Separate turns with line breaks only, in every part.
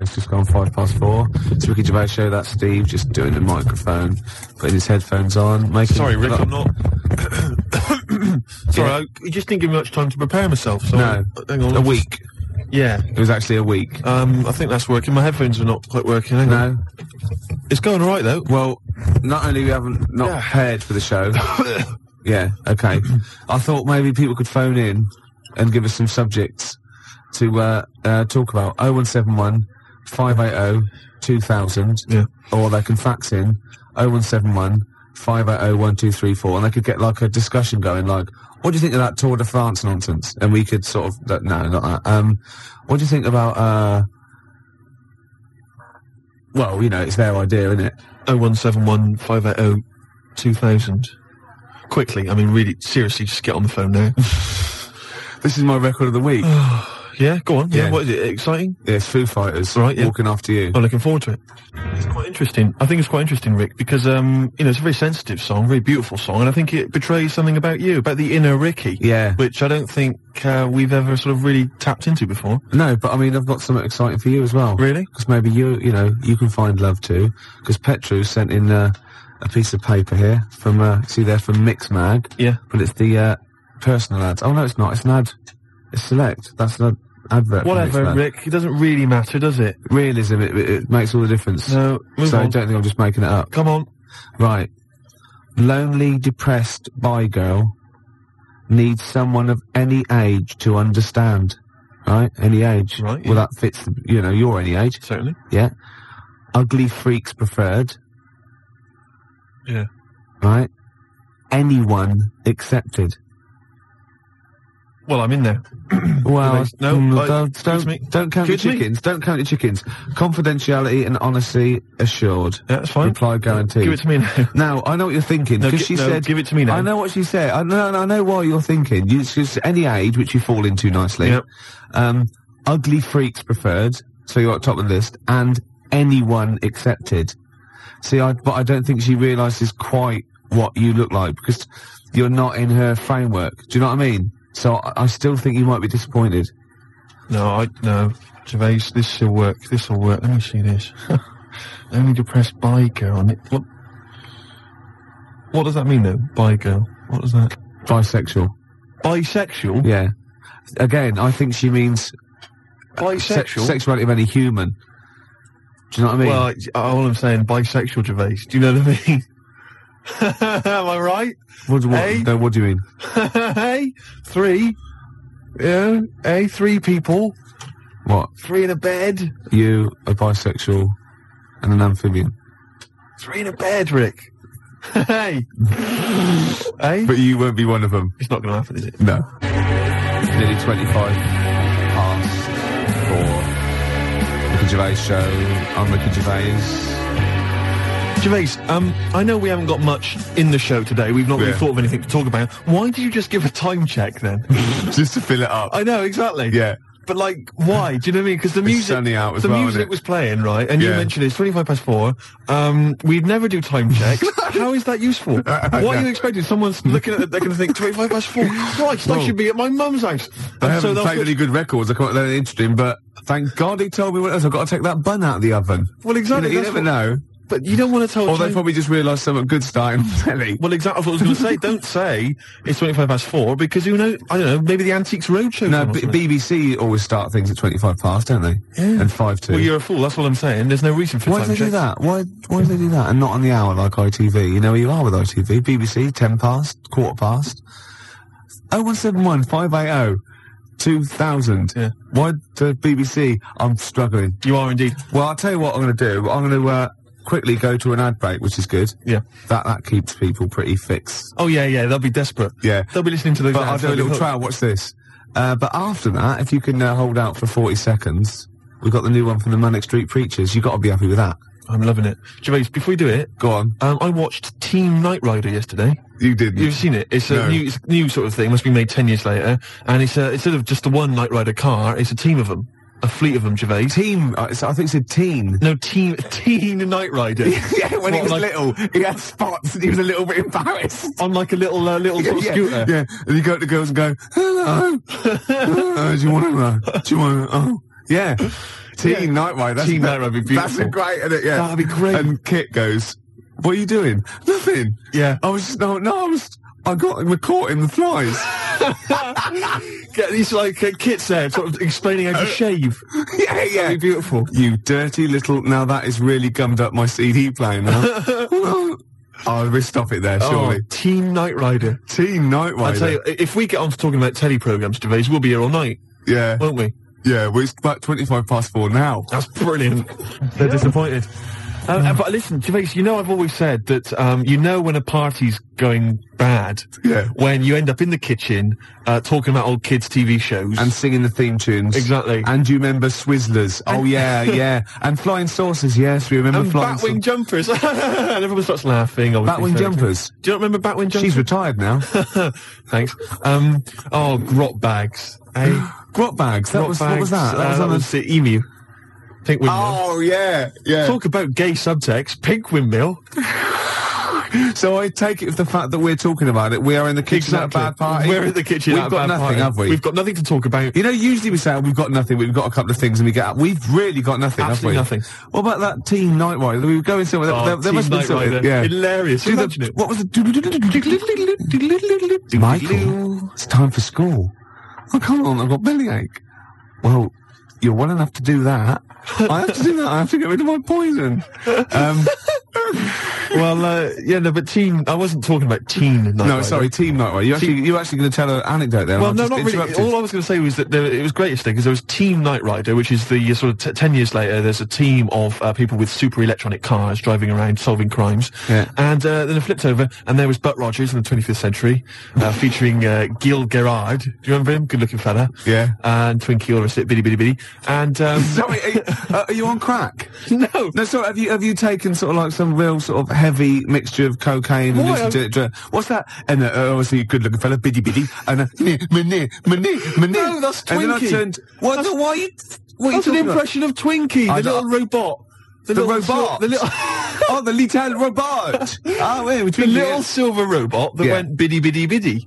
It's just gone five past four. It's Ricky Gervais show. That's Steve just doing the microphone, putting his headphones on, making.
Sorry, Rick,
Look,
I'm not. Sorry,
Yeah.
I, you just didn't give me much time to prepare myself. So uh,
No,
hang
a
on. I'm just-
week.
Yeah,
It was actually a week.
um, I think that's working. My headphones are not quite working. Hang on.
No,
It's going all right though.
well, not only we haven't not
Yeah.
prepared for the show. yeah, okay. I thought maybe people could phone in and give us some subjects to uh, uh, talk about. 0171 580 2000.
Yeah.
oh, Or they can fax in 0171 580 1234 and they could get like a discussion going like, what do you think of that Tour de France nonsense? And we could sort of, that, no, not that. Um, what do you think about, uh, well, you know, it's their idea, isn't it?
Oh one seven one five eight oh two thousand. Quickly, I mean, really, seriously, just get on the phone now.
This is my record of the week.
yeah, go on. Yeah.
Yeah.
what is it? Exciting?
yeah, Foo Fighters
Right, yeah.
walking after you.
I'm looking forward to it. It's quite interesting. I think it's quite interesting, Rick, because um, you know, it's a very sensitive song, very beautiful song, and I think it betrays something about you, about the inner Ricky.
Yeah.
Which I don't think uh, we've ever sort of really tapped into before.
No, but I mean, I've got something exciting for you as well.
Really?
Because maybe you, you know, you can find love too. Because Petru sent in uh, a piece of paper here from, uh, see there from Mixmag.
Yeah.
But it's the uh, personal ads. Oh no, it's not. It's an ad. It's select. That's an ad- advert. from
Whatever,
Mixmag.
Rick. It doesn't really matter, does it?
Realism. It, it, it makes all the difference.
No. Move
so I
on.
don't think I'm just making it up.
Come on.
Right. Lonely, depressed bi girl needs someone of any age to understand. Right? Any age.
Right,
Well, that fits, the, you know, you're any age.
Certainly.
Yeah. Ugly freaks preferred.
Yeah.
Right? Anyone accepted.
Well, I'm in there.
Well,
Mm-hmm. Makes- no,
mm,
I-
don't,
excuse me.
don't, don't count your
Excuse me?
chickens. Don't count your chickens. Confidentiality and honesty assured.
Yeah, that's fine.
Reply guaranteed.
Give it to me now.
Now I know what you're thinking
No,
because
gi-
she
no,
said,
give it to me now.
I know what she said. I know, I know why you're thinking. You, it's just any age which you fall into nicely.
Yep.
Um, ugly freaks preferred, so you're at top of the list, and anyone accepted. See, I, but I don't think she realises quite what you look like because you're not in her framework. Do you know what I mean? So I, I still think you might be disappointed.
No, I no. Gervais, this will work. This will work. Let me see this. Only depressed by girl. And it, what? What does that mean though? By girl. What does that?
Bisexual,
Bisexual.
yeah. Again, I think she means se-
Bisexual.
sexuality of any human. Do you know what I mean?
well, I- all I'm saying, bisexual Gervais. Do you know what I mean? Am I right?
What, do- what,
Eh?
no, what do you mean?
hey, three. Yeah. Hey, three people.
What?
Three in a bed.
You, a bisexual, and an amphibian.
Three in a bed, Rick. hey. hey.
But you won't be one of them.
It's not going to happen, is it?
No. It's nearly 25 past four. Ricky Gervais show. I'm Ricky Gervais.
Gervais, um, I know we haven't got much in the show today. We've not really
Yeah.
thought of anything to talk about. Why did you just give a time check then?
Just to fill it up.
I know exactly.
Yeah.
But like, why? Do you know what I mean? Because the music,
sunny out as
the
well, isn't
music
it?
was playing right, and you
Yeah.
mentioned it's twenty-five past four. Um, we'd never do time checks. How is that useful? what are you expecting? Someone's looking at it, they're going to think twenty-five past four. Christ, I
Well,
should be at my mum's house.
I
And
haven't
they'll
played
feel-
any good records. I can't let it interesting, but thank God he told me what else. I've got to take that bun out of the oven.
Well, exactly,
You, know, you
that's
never
what-
know.
but you don't want to tell.
Or they
time-
probably just realised something good starting on telly.
Well, exactly what I was going to say. Don't say it's 25 past four because who knows? I don't know. Maybe the Antiques Roadshow.
No, B- BBC always start things at 25 past, don't they?
Yeah.
And 5 to.
well, you're a fool. That's all I'm saying. There's no reason for
Why
time
do they do
checks.
that? Why why do they do that and not on the hour like ITV? You know where you are with ITV, BBC, ten past, quarter past. Oh one seven one five eight oh two thousand.
Yeah.
Why the BBC? I'm struggling.
You are indeed.
Well, I'll tell you what I'm going to do. I'm going to uh, quickly go to an ad break, which is good.
Yeah.
That that keeps people pretty fixed.
Oh yeah, yeah. They'll be desperate.
Yeah.
They'll be listening to those.
But I'll
ads,
do a
they'll be
little
hooked.
trial. Watch this. Uh, but after that, if you can uh, hold out for 40 seconds, we've got the new one from the Manic Street Preachers. You've got to be happy with that.
I'm loving it. Gervais, before you do it,
Go on.
um, I watched Team Knight Rider yesterday.
You didn't.
You've seen it. It's a
No.
new, it's a new sort of thing. Must be made ten years later. And it's a, instead of just the one Knight Rider car, it's a team of them, a fleet of them. Gervais.
team. Uh, so I think it said teen.
No team, team Knight Rider.
yeah, when he
What,
was
like-
little, he had spots and he was a little bit embarrassed.
On like a little, uh, little sort of
yeah,
scooter.
yeah, and you go up to girls and go, hello, hello, do you want to, uh, do you want to, oh, yeah. Teen Night Rider. That's
Teen Night Rider would be
That's a
beautiful.
great, isn't it? yeah.
That'd be great.
And Kit goes, "What are you doing? Nothing."
Yeah.
I was just no, no. I was. I got him caught in the flies.
Get these like uh, kits there, sort of explaining
Oh.
how to shave.
yeah, yeah.
That'd be beautiful.
You dirty little. Now that is really gummed up my CD player now. oh, we stop it there, surely.
Oh, Teen Night Rider.
Teen Night Rider.
I tell you, i- if we get on to talking about telly programs, Gervais, we'll be here all night,
yeah,
won't we?
yeah. Well, it's about twenty-five past four now.
That's brilliant. They're disappointed. Um, uh, but listen, Gervais, you know I've always said that um, you know when a party's going bad
Yeah.
when you end up in the kitchen uh, talking about old kids' TV shows.
And singing the theme tunes.
Exactly.
And you remember Swizzlers. Oh, yeah, yeah. And Flying Saucers, yes, we remember
and
Flying
batwing jumpers. and everyone starts laughing. Obviously,
Batwing
so-
Jumpers.
Do you not remember batwing
She's
jumpers?
retired now.
Thanks. Um, oh, grot bags. Eh?
Grot bags. That
Grot
was,
bags.
What was that?
Uh,
That was on the...
the emu. Pink windmill.
Oh, yeah, yeah.
Talk about gay subtext. Pink windmill.
So I take it with the fact that we're talking about it, we are in the kitchen
Exactly.
at a bad party.
We're in the kitchen.
We've
at a
got
bad
nothing,
party.
have we?
We've got nothing to talk about.
you know, usually we say, oh, we've got nothing, we've got a couple of things and we get up. We've really got nothing,
Absolutely
have we?
nothing.
What about that Teen Night Rider? We were going somewhere, there,
Oh,
there, there
Teen
must be
Knight
something.
Rider.
Yeah.
Hilarious.
Do
Imagine
the,
it.
what was the... Michael, it's time for school. I can't on, I've got bellyache. Well, you're well enough to do that. I have to do that, I have to get rid of my poison. Um,
well, uh, yeah, no, but teen. I wasn't talking about teen. Knight
no,
Rider.
sorry, Team Night Rider. You're actually, you're actually going to tell an anecdote there. and
Well,
I
no,
just
not really.
interrupted.
All I was going to say was that there, it was greatest thing because there was Team Knight Rider, which is the uh, sort of t- ten years later. There's a team of uh, people with super electronic cars driving around solving crimes.
Yeah.
And uh, then it flipped over, and there was Butt Rogers in the 25th century, uh, featuring uh, Gil Gerard. Do you remember him? Good-looking fella.
Yeah.
And Twinkie, all the rest of it, bitty bitty bitty. And um,
Sorry, are you, uh, are you on crack?
no,
No, sorry. Have you have you taken sort of like some real sort of heavy mixture of cocaine and
Why,
listened to it? dr- What's that? And uh, uh, obviously a good looking fella, biddy biddy, and uh, meh, meh, meh, meh, meh.
No, that's
And then I
Twinkie.
turned. What?
That's-
the, why? Are you, what are you
that's an
talking about?
impression of Twinkie,
I
the
don't-
little robot.
The
little
robot.
The little.
oh, the little robot. oh, wait,
the
between
little silver robot that
Yeah.
went biddy biddy biddy.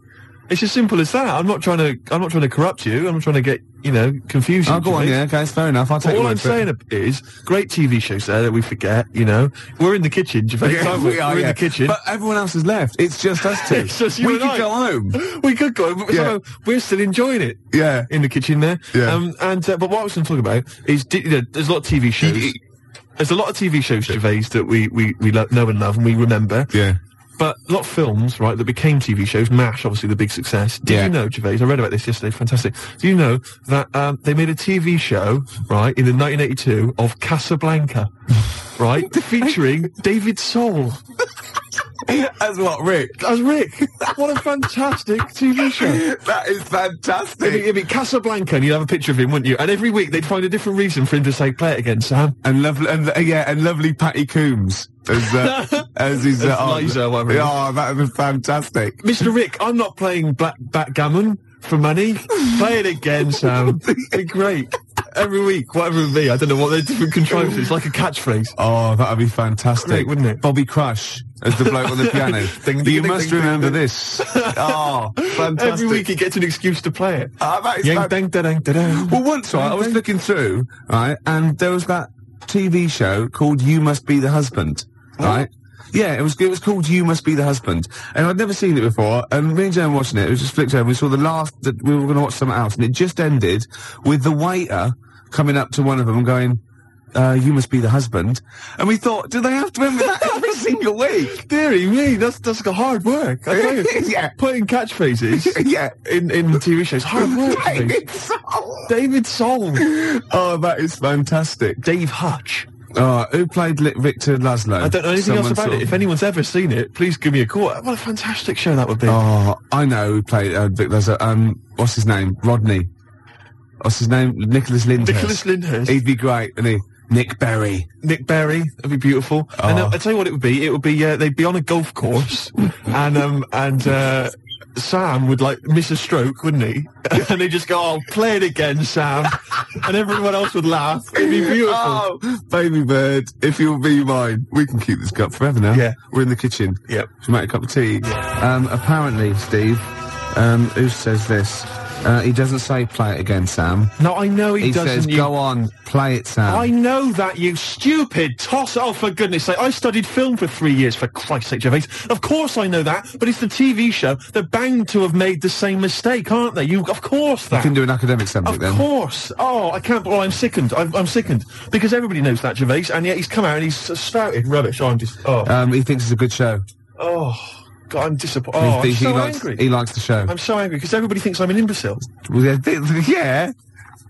It's as simple as that. I'm not trying to. I'm not trying to corrupt you. I'm not trying to get you know confuse you.
Oh, go on.
Jimmy.
Yeah, okay, it's fair enough. I'll take.
All
your
I'm
word for it.
saying is great TV shows there that we forget. You know, we're in the kitchen, Gervais.
Yeah,
aren't we? are in
yeah.
the kitchen.
But everyone else has left. It's just us two.
It's just you
we
and
could
I.
go home.
we could go, but
Yeah.
somehow we're still enjoying it.
Yeah.
in the kitchen there.
Yeah.
Um, and uh, but what I was going to talk about is di- you know, there's a lot of TV shows. There's a lot of TV shows, Gervais, that we we we lo- know and love and we remember.
Yeah.
But a lot of films, right, that became TV shows. MASH, obviously the big success. Did
Yeah.
you know, Gervais, I read about this yesterday, fantastic. Do you know that um, they made a TV show, right, in the 1982 of Casablanca, right, featuring David Soul
That's what, Rick.
as Rick. What a fantastic TV show.
That is
It'd be,
fantastic.
it'd be Casablanca and you'd have a picture of him, wouldn't you? And every week they'd find a different reason for him to say, play it again, Sam.
and lovely, and uh, yeah, and lovely Patty Coombs as uh, as his uh,
As Liza, whatever it is.
Oh, that was fantastic.
Mr. Rick, I'm not playing black backgammon for money. Play it again, Sam. Be great. Every week, whatever it be, I don't know what their different contrivances. It's like a catchphrase.
Oh, that would be fantastic,
Great, wouldn't it?
Bobby Crush as the bloke on the piano.
Ding, ding,
you
ding,
must
ding,
remember
ding, ding.
this. Oh, fantastic.
Every week he gets an excuse to play it.
Ah, that is
Yang
fan-
dang da dang da dang.
Well, once right, I was looking through right, and there was that TV show called "You Must Be the Husband," right? Yeah, it was it was called "You Must Be the Husband," and I'd never seen it before. And me and Jan were watching it, it was just flicked over. We saw the last that we were going to watch something else, and it just ended with the waiter coming up to one of them and going. Uh, you must be the husband, and we thought, do they have to remember that every single week?
Deary me, that's that's a hard work. I tell you.
Yeah.
Putting catchphrases
yeah,
in, in TV shows, hard work. Dave.
It's so-
David Soul.
oh, that is fantastic.
Dave Hutch.
Uh, who played Li- Victor Laszlo?
I don't know anything else
Someone
about
sort
it.
of-
If anyone's ever seen it, please give me a call. What a fantastic show that would be.
Oh, I know who played uh, Vic Laszlo. Um, what's his name? Rodney. What's his name? Nicholas Lyndhurst.
Nicholas Lyndhurst.
He'd be great, wouldn't he? Nick Berry.
Nick Berry, that'd be beautiful. And uh,
Oh.
I tell you what, it would be. It would be uh, they'd be on a golf course, and um and uh, Sam would like miss a stroke, wouldn't he? and they just go, "Oh, play it again, Sam," and everyone else would laugh. It'd be beautiful.
Oh, baby bird, if you'll be mine. We can keep this cup forever now.
Yeah.
We're in the kitchen.
Yep.
Should we make a cup of tea. Um, apparently, Steve, um, who says this? Uh, he doesn't say play it again, Sam.
No, I know he,
He
doesn't.
says,
you-
go on, play it, Sam.
I know that, you stupid toss. Oh, for goodness sake. I studied film for three years, for Christ's sake, Gervais. Of course I know that, but it's the TV show. They're bound to have made the same mistake, aren't they? You, Of course
You
that.
can do an academic subject
Of
then.
course. Oh, I can't. Well, I'm sickened. I'm, I'm sickened because everybody knows that Gervais, and yet he's come out and he's s- spouted rubbish. Oh, I'm just. Oh,
Um, he thinks it's a good show.
oh, God, I'm disappointed. Oh,
he,
I'm
thinks he
so
likes,
angry.
He likes the show.
I'm so angry because everybody thinks I'm an imbecile.
Well, yeah, th- yeah,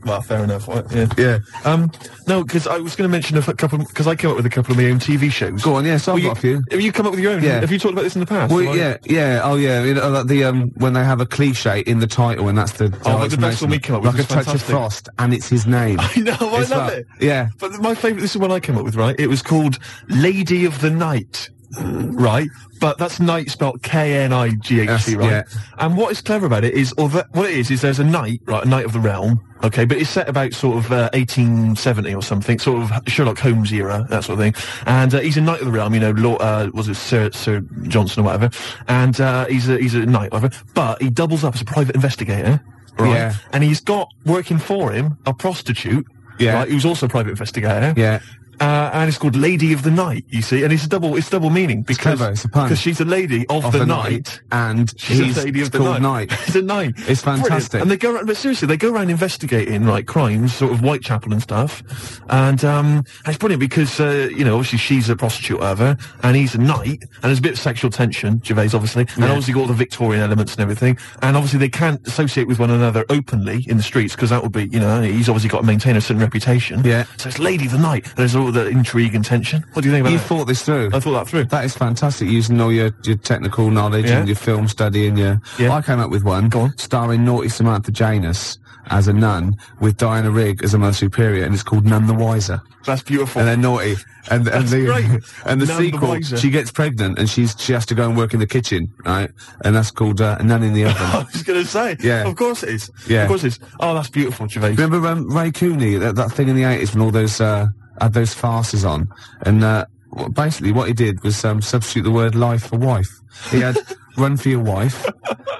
Well, fair enough. I- Yeah.
yeah.
Um, no, because I was going to mention a f- couple because I came up with a couple of my own TV shows.
Go on, yeah, so
Well,
I've
you,
got a few.
Have you come up with your own?
Yeah.
Have you talked about this in the past?
Well,
Have I-
yeah, yeah, oh yeah, you know, like the um when they have a cliche in the title and that's the
Oh, like the best one we came up with
like a
was
touch of
fantastic.
frost and it's his name.
I know. I
It's
love
like-
it.
Yeah,
But my favourite, this is one I came up with, right? It was called Lady of the Night, right? But that's night spelled K-N-I-G-H-T,
Yes,
right?
yeah.
And what is clever about it is, or that, what it is, is there's a knight, right, a knight of the realm, okay, but it's set about sort of uh, 1870 or something, sort of Sherlock Holmes era, that sort of thing. And uh, he's a knight of the realm, you know, law, uh, was it Sir, Sir Johnson or whatever? And uh, he's, a, he's a knight, whatever. But he doubles up as a private investigator, right?
Yeah.
And he's got working for him a prostitute,
Yeah.
right, who's also a private investigator.
yeah.
Uh, and it's called Lady of the Night, you see, and it's a double, it's double meaning because
clever, it's a pun.
because she's a lady of,
Of
the,
the
night.
and
She's
he's
a lady of the
called
night.
Knight.
She's a knight.
It's
Brilliant.
fantastic.
And they go around, but seriously, they go around investigating like crimes, sort of Whitechapel and stuff. And, um, and it's brilliant because, uh, you know, obviously she's a prostitute, or whatever, and he's a knight, and there's a bit of sexual tension, Gervais, obviously, and obviously got all the Victorian elements and everything. And obviously they can't associate with one another openly in the streets because that would be, you know, he's obviously got to maintain a certain reputation.
Yeah.
So it's Lady of the Night, and there's all the intrigue and tension. What do you think about
You
that?
thought this through.
I thought that through.
That is fantastic, using all your, your technical knowledge
Yeah.
and your film study and your...
Yeah.
I came up with one
Go on.
starring Naughty Samantha Janus as a nun with Diana Rigg as a mother superior and it's called None the Wiser.
That's beautiful.
And they're naughty. And, and
That's
the,
great.
And the
None the
sequel,
wiser.
she gets pregnant and she's she has to go and work in the kitchen, right? And that's called uh, Nun in the Oven.
I was going to say.
Yeah.
Of course it is.
Yeah.
Of course it is. Oh, that's beautiful, Gervais.
Remember um, Ray Cooney, that, that thing in the 80s when all those, uh, had those farces on? And, uh, w- basically what he did was, um, substitute the word life for wife. He had run for your wife,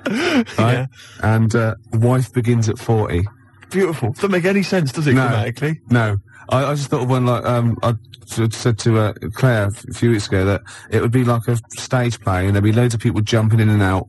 right? And, uh, wife begins at 40.
Beautiful. Doesn't make any sense, does it,
No.
grammatically?
No. I, I just thought of one like, um, I s- said to, uh, Claire f- a few weeks ago that it would be like a stage play and there'd be loads of people jumping in and out,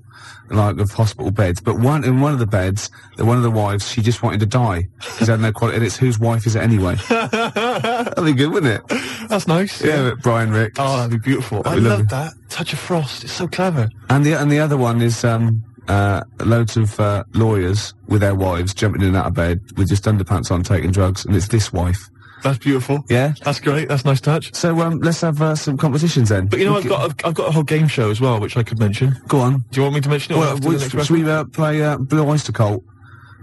like, of hospital beds. But one, in one of the beds, the, one of the wives, she just wanted to die. Because had no quality, and it's whose wife is it anyway? That'd be good, wouldn't it?
That's nice.
Yeah, but Brian Rick.
Oh, that'd be beautiful. I
be
love
lovely.
that. Touch of frost. It's so clever.
And the and the other one is um uh loads of uh, lawyers with their wives jumping in and out of bed with just underpants on, taking drugs, and it's this wife.
That's beautiful.
Yeah.
That's great. That's nice touch.
So um, let's have uh, some competitions then.
But you know, I've got I've, I've got a whole game show as well, which I could mention.
go on.
Do you want me to mention it? or
Well,
after the
we-
next
should
record?
we uh, play uh, Blue Oyster Cult?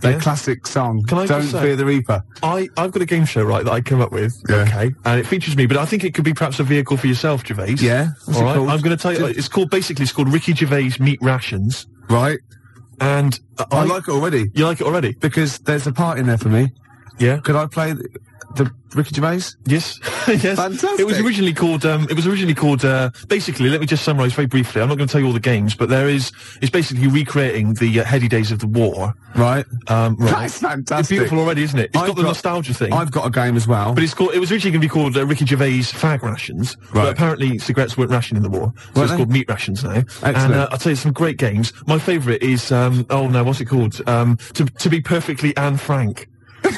Their
Yeah.
classic song,
Can I
"Don't
just say-
Fear the Reaper."
I I've got a game show right that I came up with.
Yeah.
Okay, and it features me, but I think it could be perhaps a vehicle for yourself, Gervais.
Yeah, what's
All
it
right.
called?
I'm going to tell you. It's called basically. It's called Ricky Gervais Meat Rations,
Right,
and uh,
I like it already
You like it already?
because there's a part in there for me.
Yeah.
Could I play the, the Ricky Gervais?
Yes. yes.
Fantastic.
It was originally called. Um, it was originally called. Uh, basically, let me just summarise very briefly. I'm not going to tell you all the games, but there is. It's basically recreating the uh, heady days of the war.
Right,
Um, right.
that's
It's
fantastic.
beautiful already, isn't it? It's
I've
got the
got-
nostalgia thing.
I've got a game as well.
but it's called. It was originally going to be called uh, Ricky Gervais Fag Rations. But
Right.
apparently, cigarettes weren't rationed in the war, so
Weren't
it's
they?
called Meat Rations now. And
Excellent.
uh, I'll tell you some great games. My favourite is. Um, oh no, what's it called? Um, to to be perfectly Anne Frank.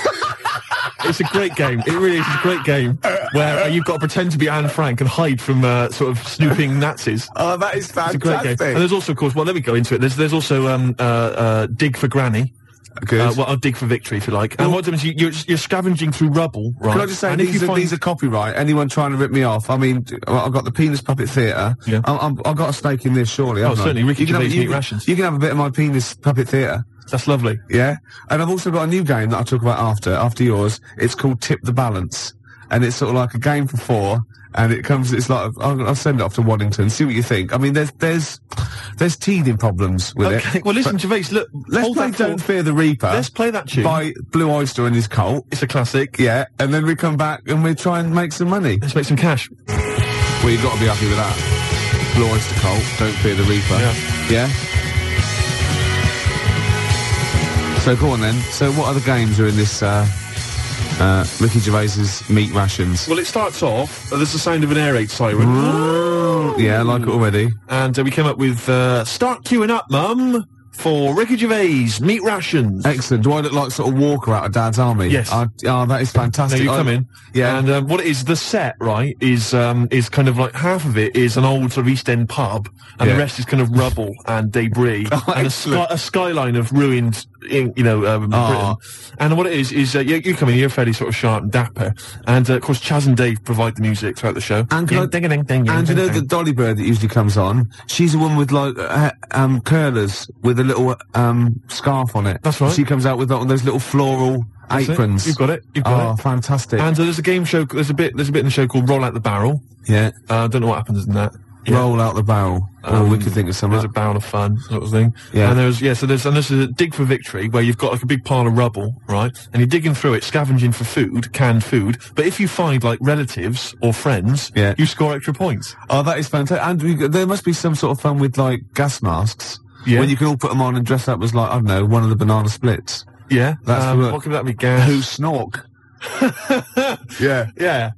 It's a great game. It really is a great game where uh, you've got to pretend to be Anne Frank and hide from uh, sort of snooping Nazis.
oh, that is
It's a great game.
fantastic.
And there's also, of course, well, let me go into it. There's there's also um, uh, uh, dig for granny.
Good.
Uh, well, I'll dig for victory if you like. And what happens? You, you're, you're scavenging through rubble, right?
Can I just say,
and if
these
you
are,
find-
these are copyright. Anyone trying to rip me off? I mean, d- well, I've got the Penis Puppet Theatre.
Yeah. Oh,
I, I'm, I've got a stake in this, surely. haven't I?
certainly, Ricky
You can have-
Gervais
you
meat
can-
rations.
You can have a bit of my Penis Puppet Theatre.
that's lovely.
Yeah. And I've also got a new game that I'll talk about after, after yours. It's called Tip the Balance. And it's sort of like a game for four. And it comes, it's like, I'll, I'll send it off to Waddington, see what you think. I mean, there's, there's, there's teething problems with
Okay.
it.
Well, listen, Gervais. Look,
Let's
hold
play
that
Don't
thought.
Fear the Reaper.
Let's play that tune.
By Blue Oyster and his cult.
It's a classic.
Yeah. And then we come back and we try and make some money.
Let's make some cash.
Well, you've got to be happy with that. Blue Oyster Cult, Don't Fear the Reaper.
Yeah.
Yeah? So go on then. So what other games are in this uh, uh, Ricky Gervais's meat rations?
Well, it starts off, uh, there's the sound of an air raid siren.
Yeah, I like it already.
And uh, we came up with, uh, start queuing up, mum, for Ricky Gervais, meat rations.
Excellent. Do I look like sort of Walker out of Dad's Army?
Yes.
Ah, d- ah, that is
Now
fantastic.
you
I-
come in,
Yeah.
And um, what it is, the set, right, is um, is kind of like half of it is an old sort of East End pub, and
Yeah. Oh,
the rest is kind of rubble and debris and a, sky-
excellent. Ah.
a skyline of ruined, in, you know, um,
Aw.
Britain. And what it is is uh, you, you come in, you're fairly sort of sharp and dapper, and uh, of course Chaz and Dave provide the music throughout the show.
And can I- And you know the dolly bird that usually comes on? She's the one with like uh, um, curlers with a little um, scarf on it.
That's right.
She comes out with one of those little floral
That's it.
aprons.
You've got it. You've got
Oh,
it.
fantastic.
And uh, there's a game show. There's a bit. There's a bit in the show called Roll Out the Barrel.
yeah.
Uh, I don't know what happens in that. Yeah. Um,
Roll out the barrel. oh, we could think of
There's a
something.
barrel of fun sort of thing.
Yeah.
And there's yeah, so there's and there's a dig for victory where you've got like a big pile of rubble, right? And you're digging through it, scavenging for food, canned food. But if you find like relatives or friends,
Yeah.
you score extra points.
Oh, that is fantastic. And we, there must be some sort of fun with like gas masks.
Yeah.
When you can all put them on and dress up as like, I don't know, one of the banana splits.
Yeah.
That's
um,
the word.
what could that be? Gas.
Who snork. yeah.
yeah.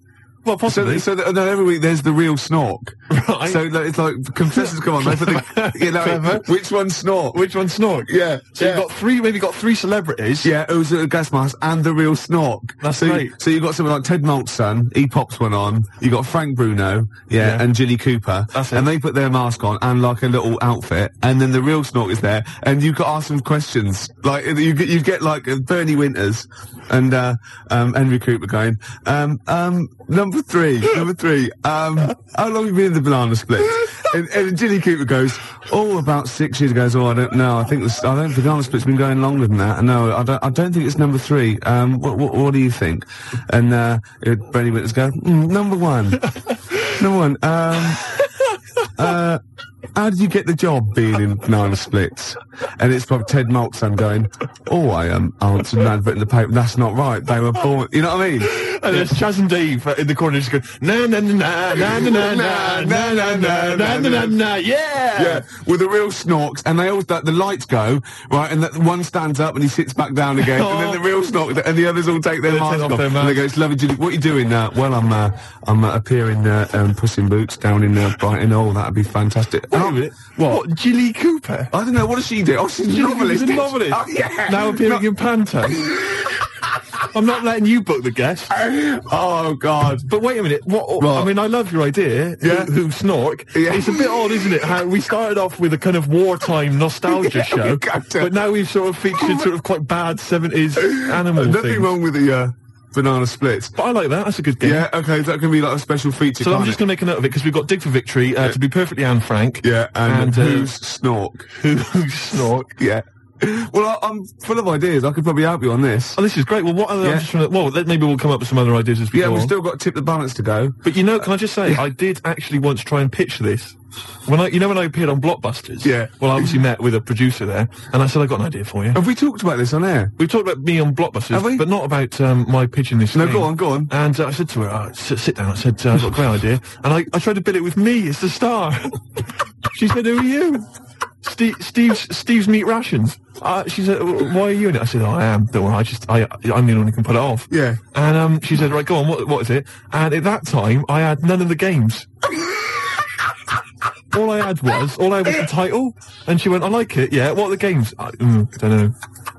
Well,
So,
possibly.
so th- no, every week there's the real snork.
Right.
So like, it's like confessions come on. They put the, you know,
Clever.
which one snork?
Which one's snork?
Yeah,
So
yeah.
you've got three. Maybe got three celebrities.
Yeah, it was a gas mask and the real snork.
That's
so, you-
right.
So you got someone like Ted Maltson, he pops one on. You got Frank Bruno, yeah,
Yeah.
and Jilly Cooper,
That's it.
and they put their mask on and like a little outfit, and then the real snork is there, and you got ask them questions. Like you, get- you get like uh, Bernie Winters and uh, um, Henry Cooper going, um, um, number three, number three, um, how long have you been in the banana split? And, and Jilly Cooper goes, oh, about six years. He goes, oh, I don't know. I think this, I don't think honestly, it's been going longer than that. No, I don't. I don't think it's number three. Um, what, what, what do you think? And uh, uh, Bernie Winters goes, mm, number one, number one. Um, uh, how did you get the job being in Banana Splits? And it's from Ted Maltzan going, oh, I um, answered an advert in the paper. That's not right. They were born. You know what I mean?
And there's Chaz and Dave uh, in the corner just going, na na na na na na na na na na na na na na yeah.
Yeah, with the real snorks, and they always the lights go right, and that one stands up and he sits back down again, and then the real snork, and the others all take their
Oh. They take
masks
off
off,
their
and they
masks.
go, "It's lovely, Julie. What are you doing now?" Well, I'm uh, I'm uh, appearing uh, um, Puss in Boots down in uh, Brighton. Oh, that'd be fantastic.
Wait
Oh,
a minute.
What?
What? Jilly Cooper.
I don't know. What does she do? Oh, she's a
Jilly Cooper's
novelist.
a novelist.
Oh, yeah.
Now appearing in Panto. I'm not letting you book the guest.
oh God.
But wait a minute. What?
What?
I mean, I love your idea.
Yeah.
Who, who snork?
Yeah.
It's a bit odd, isn't it? How we started off with a kind of wartime nostalgia
Yeah, we
show,
got to-
but now we've sort of featured sort of quite bad '70s animal
Nothing
things.
wrong with the uh, banana splits.
But I like that. That's a good game.
Yeah. Okay, that can be like a special feature.
So I'm
can't it?
just going to make a note of it because we've got Dig for Victory, uh, to be perfectly Anne Frank.
Yeah, and,
And, uh,
who's snork?
Who, who snork.
Yeah. Well, I, I'm full of ideas. I could probably help you on this.
Oh, this is great. Well, what other?
Yeah.
I'm just trying to, well, let, maybe we'll come up with some other ideas as we
Yeah,
go
we've
on.
still got tip the balance to go.
But you know, can I just say, I did actually once try and pitch this. When I, you know, when I appeared on Blockbusters.
Yeah.
Well, I obviously met with a producer there, and I said, I got an idea for you.
Have we talked about this on air?
We talked about me on
Have we?
Blockbusters, but not about um, my pitching this.
No,
thing.
go on, go on.
And uh, I said to her, uh, sit, sit down. I said, uh, I've got a great idea. And I, I tried to bill it with me as the star. she said, who are you? Steve, Steve's, Steve's meat rations. Uh, she said, "Wh- why are you in it? I said, oh, I am. Don't worry. I just, I, I'm the only one who can put it off.
Yeah.
And um, she said, right, go on. What, what is it? And at that time, I had none of the games. all I had was, all I had was the title. And she went, I like it. Yeah. What are the games? I mm, don't know.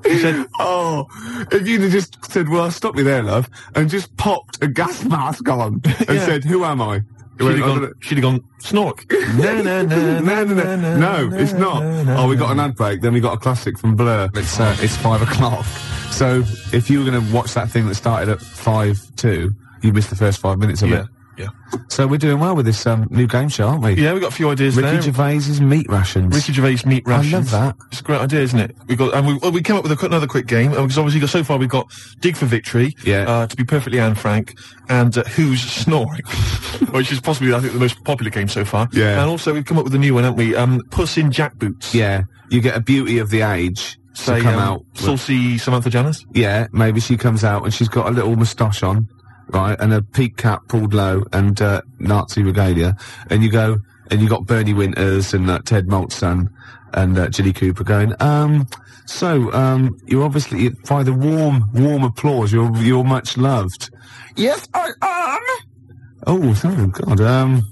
She said,
Oh, if you'd have just said, well, stop me there, love, and just popped a gas mask on and
Yeah.
said, who am I? It
She'd
went,
have,
"I don't know."
gone, she'd have gone, snork. no, no, no,
No, no, no, no, it's not. Oh, we got an ad break, then we got a classic from Blur. It's uh, it's five o'clock. So if you were going to watch that thing that started at five two, you missed the first five minutes of
Yeah,
it.
yeah.
So we're doing well with this um, new game show, aren't we?
Yeah, we got a few ideas
Ricky
there.
Gervais's meat rations.
Ricky Gervais meat
love
rations.
that.
It's a great idea, isn't it? We got and we well, we came up with a, qu- another quick game uh, because obviously got, so far we've got dig for victory.
Yeah.
Uh, to be perfectly Anne Frank and uh, who's snoring, which is possibly I think the most popular game so far.
Yeah.
And also we've come up with a new one, haven't we? Um, Puss in Jackboots.
Yeah, you get a beauty of the age
Say,
to come
um,
out. with-
saucy Samantha Janice.
yeah, maybe she comes out and she's got a little moustache on, right, and a peak cap pulled low and uh, Nazi regalia, and you go, and you got Bernie Winters and uh, Ted Moltson and uh, Jilly Cooper going. Um, so um, you're obviously by the warm, warm applause. You're you're much loved. Yes, I am. Oh, thank God. Um,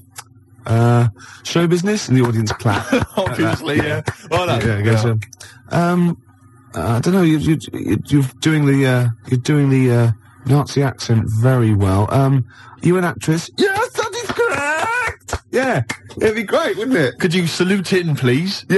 uh, show business and the audience clap.
Obviously, yeah. Well, that-
yeah, I guess.
yeah.
Um, um, I don't know. You, you, you, you're doing the uh, you're doing the uh, Nazi accent very well. Um, are you an actress? Yes, that is correct. Yeah, it'd be great, wouldn't it?
Could you salute in, please?
Yeah,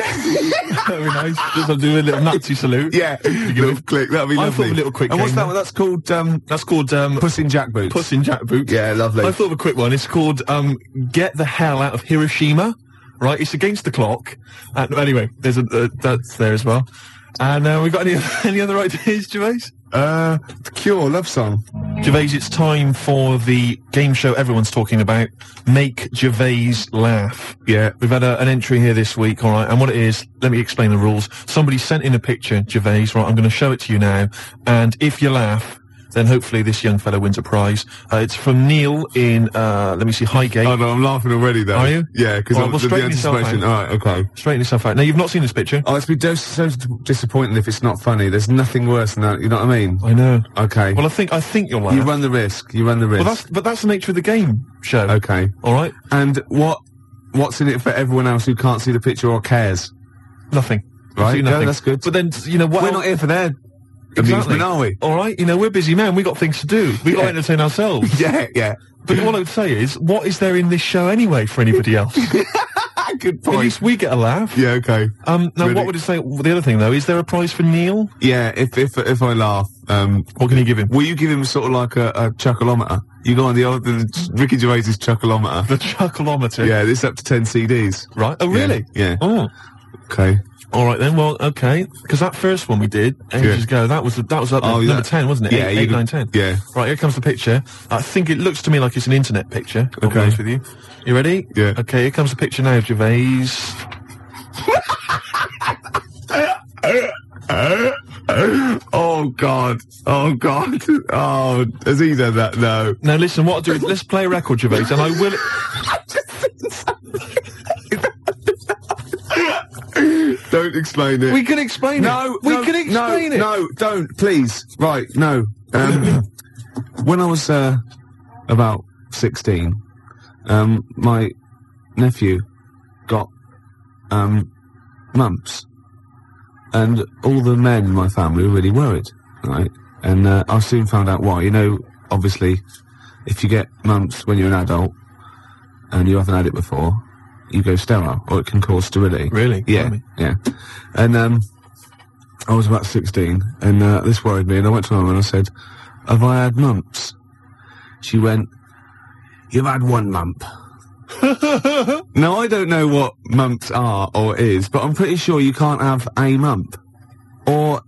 That'd be nice. Just I'll do a little Nazi salute.
yeah. Little click. That'd be
I
lovely.
thought of a little quick
And what's
game
that
then.
one? That's called um,
That's called um,
Puss in Jack Boots.
Puss in Jack Boots.
Yeah, lovely.
I thought of a quick one. It's called um, "Get the Hell Out of Hiroshima." Right, it's against the clock. And anyway, there's a uh, that's there as well. And uh, we got any any other ideas, Gervais?
Uh, Cure love song.
Gervais, it's time for the game show everyone's talking about. Make Gervais laugh.
Yeah.
We've had a, an entry here this week, all right, and what it is, let me explain the rules. Somebody sent in a picture, Gervais, right, I'm going to show it to you now, and if you laugh, then hopefully this young fellow wins a prize. Uh, it's from Neil in, uh, let me see, Highgate.
no, I'm laughing already though.
Are you?
Yeah, because
All right, well, straighten yourself out.
All right, okay.
Straighten yourself out. Now, you've not seen this picture.
Oh, it's be so, so disappointing if it's not funny. There's nothing worse than that. You know what I mean?
I know.
Okay.
Well, I think, I think you'll laugh.
you run the risk. You run the risk.
well, that's, but that's the nature of the game show.
okay.
All right?
And what what's in it for everyone else who can't see the picture or cares?
Nothing.
Right,
See
no,
nothing.
that's good.
But then, you know, what
We're
else-
not here for their amusement, are we?
All right, you know, we're busy men. we got things to do. we got to
Yeah.
entertain ourselves.
Yeah, yeah.
But what I would say is, what is there in this show anyway for anybody else? At
Good
least we get a laugh.
Yeah, okay.
Um, now,
Really?
what would it say? The other thing, though, is there a prize for Neil?
Yeah, if if if I laugh, um,
What can you give him?
will you give him sort of like a, a chuckleometer? You go on the old the, Ricky Gervais's chuckleometer.
The chuckleometer.
Yeah, this up to ten CDs.
Right? Oh,
Yeah,
really?
Yeah.
Oh.
Okay.
All right, then. Well, okay. Because that first one we did ages
Yeah.
ago, that was that was up
Oh,
number
that-
10, wasn't it?
Yeah,
Eight,
you
eight,
could-
nine, 10.
yeah.
Right, here comes the picture. I think it looks to me like it's an internet picture. I'll be
Okay.
honest with you. You ready?
Yeah.
Okay, here comes the picture now, Gervais.
Oh God! Oh God! Oh, has he done that? No.
Now, listen, what I'll do is let's play a record, Gervais, and I will.
Don't explain it.
We can explain
No,
it. We
no,
can explain
no,
it.
No, don't, please. Right, no. Um, when I was uh, about 16, um, my nephew got um, mumps. And all the men in my family were really worried, right? And uh, I soon found out why. You know, obviously, if you get mumps when you're an adult and you haven't had it before, you go sterile, or it can cause sterility.
Really?
Yeah,
Blimey.
yeah. And um, I was about 16, and uh, this worried me, and I went to my mum and I said, have I had mumps? She went, you've had one mump. now, I don't know what mumps are or is, but I'm pretty sure you can't have a mump. Or,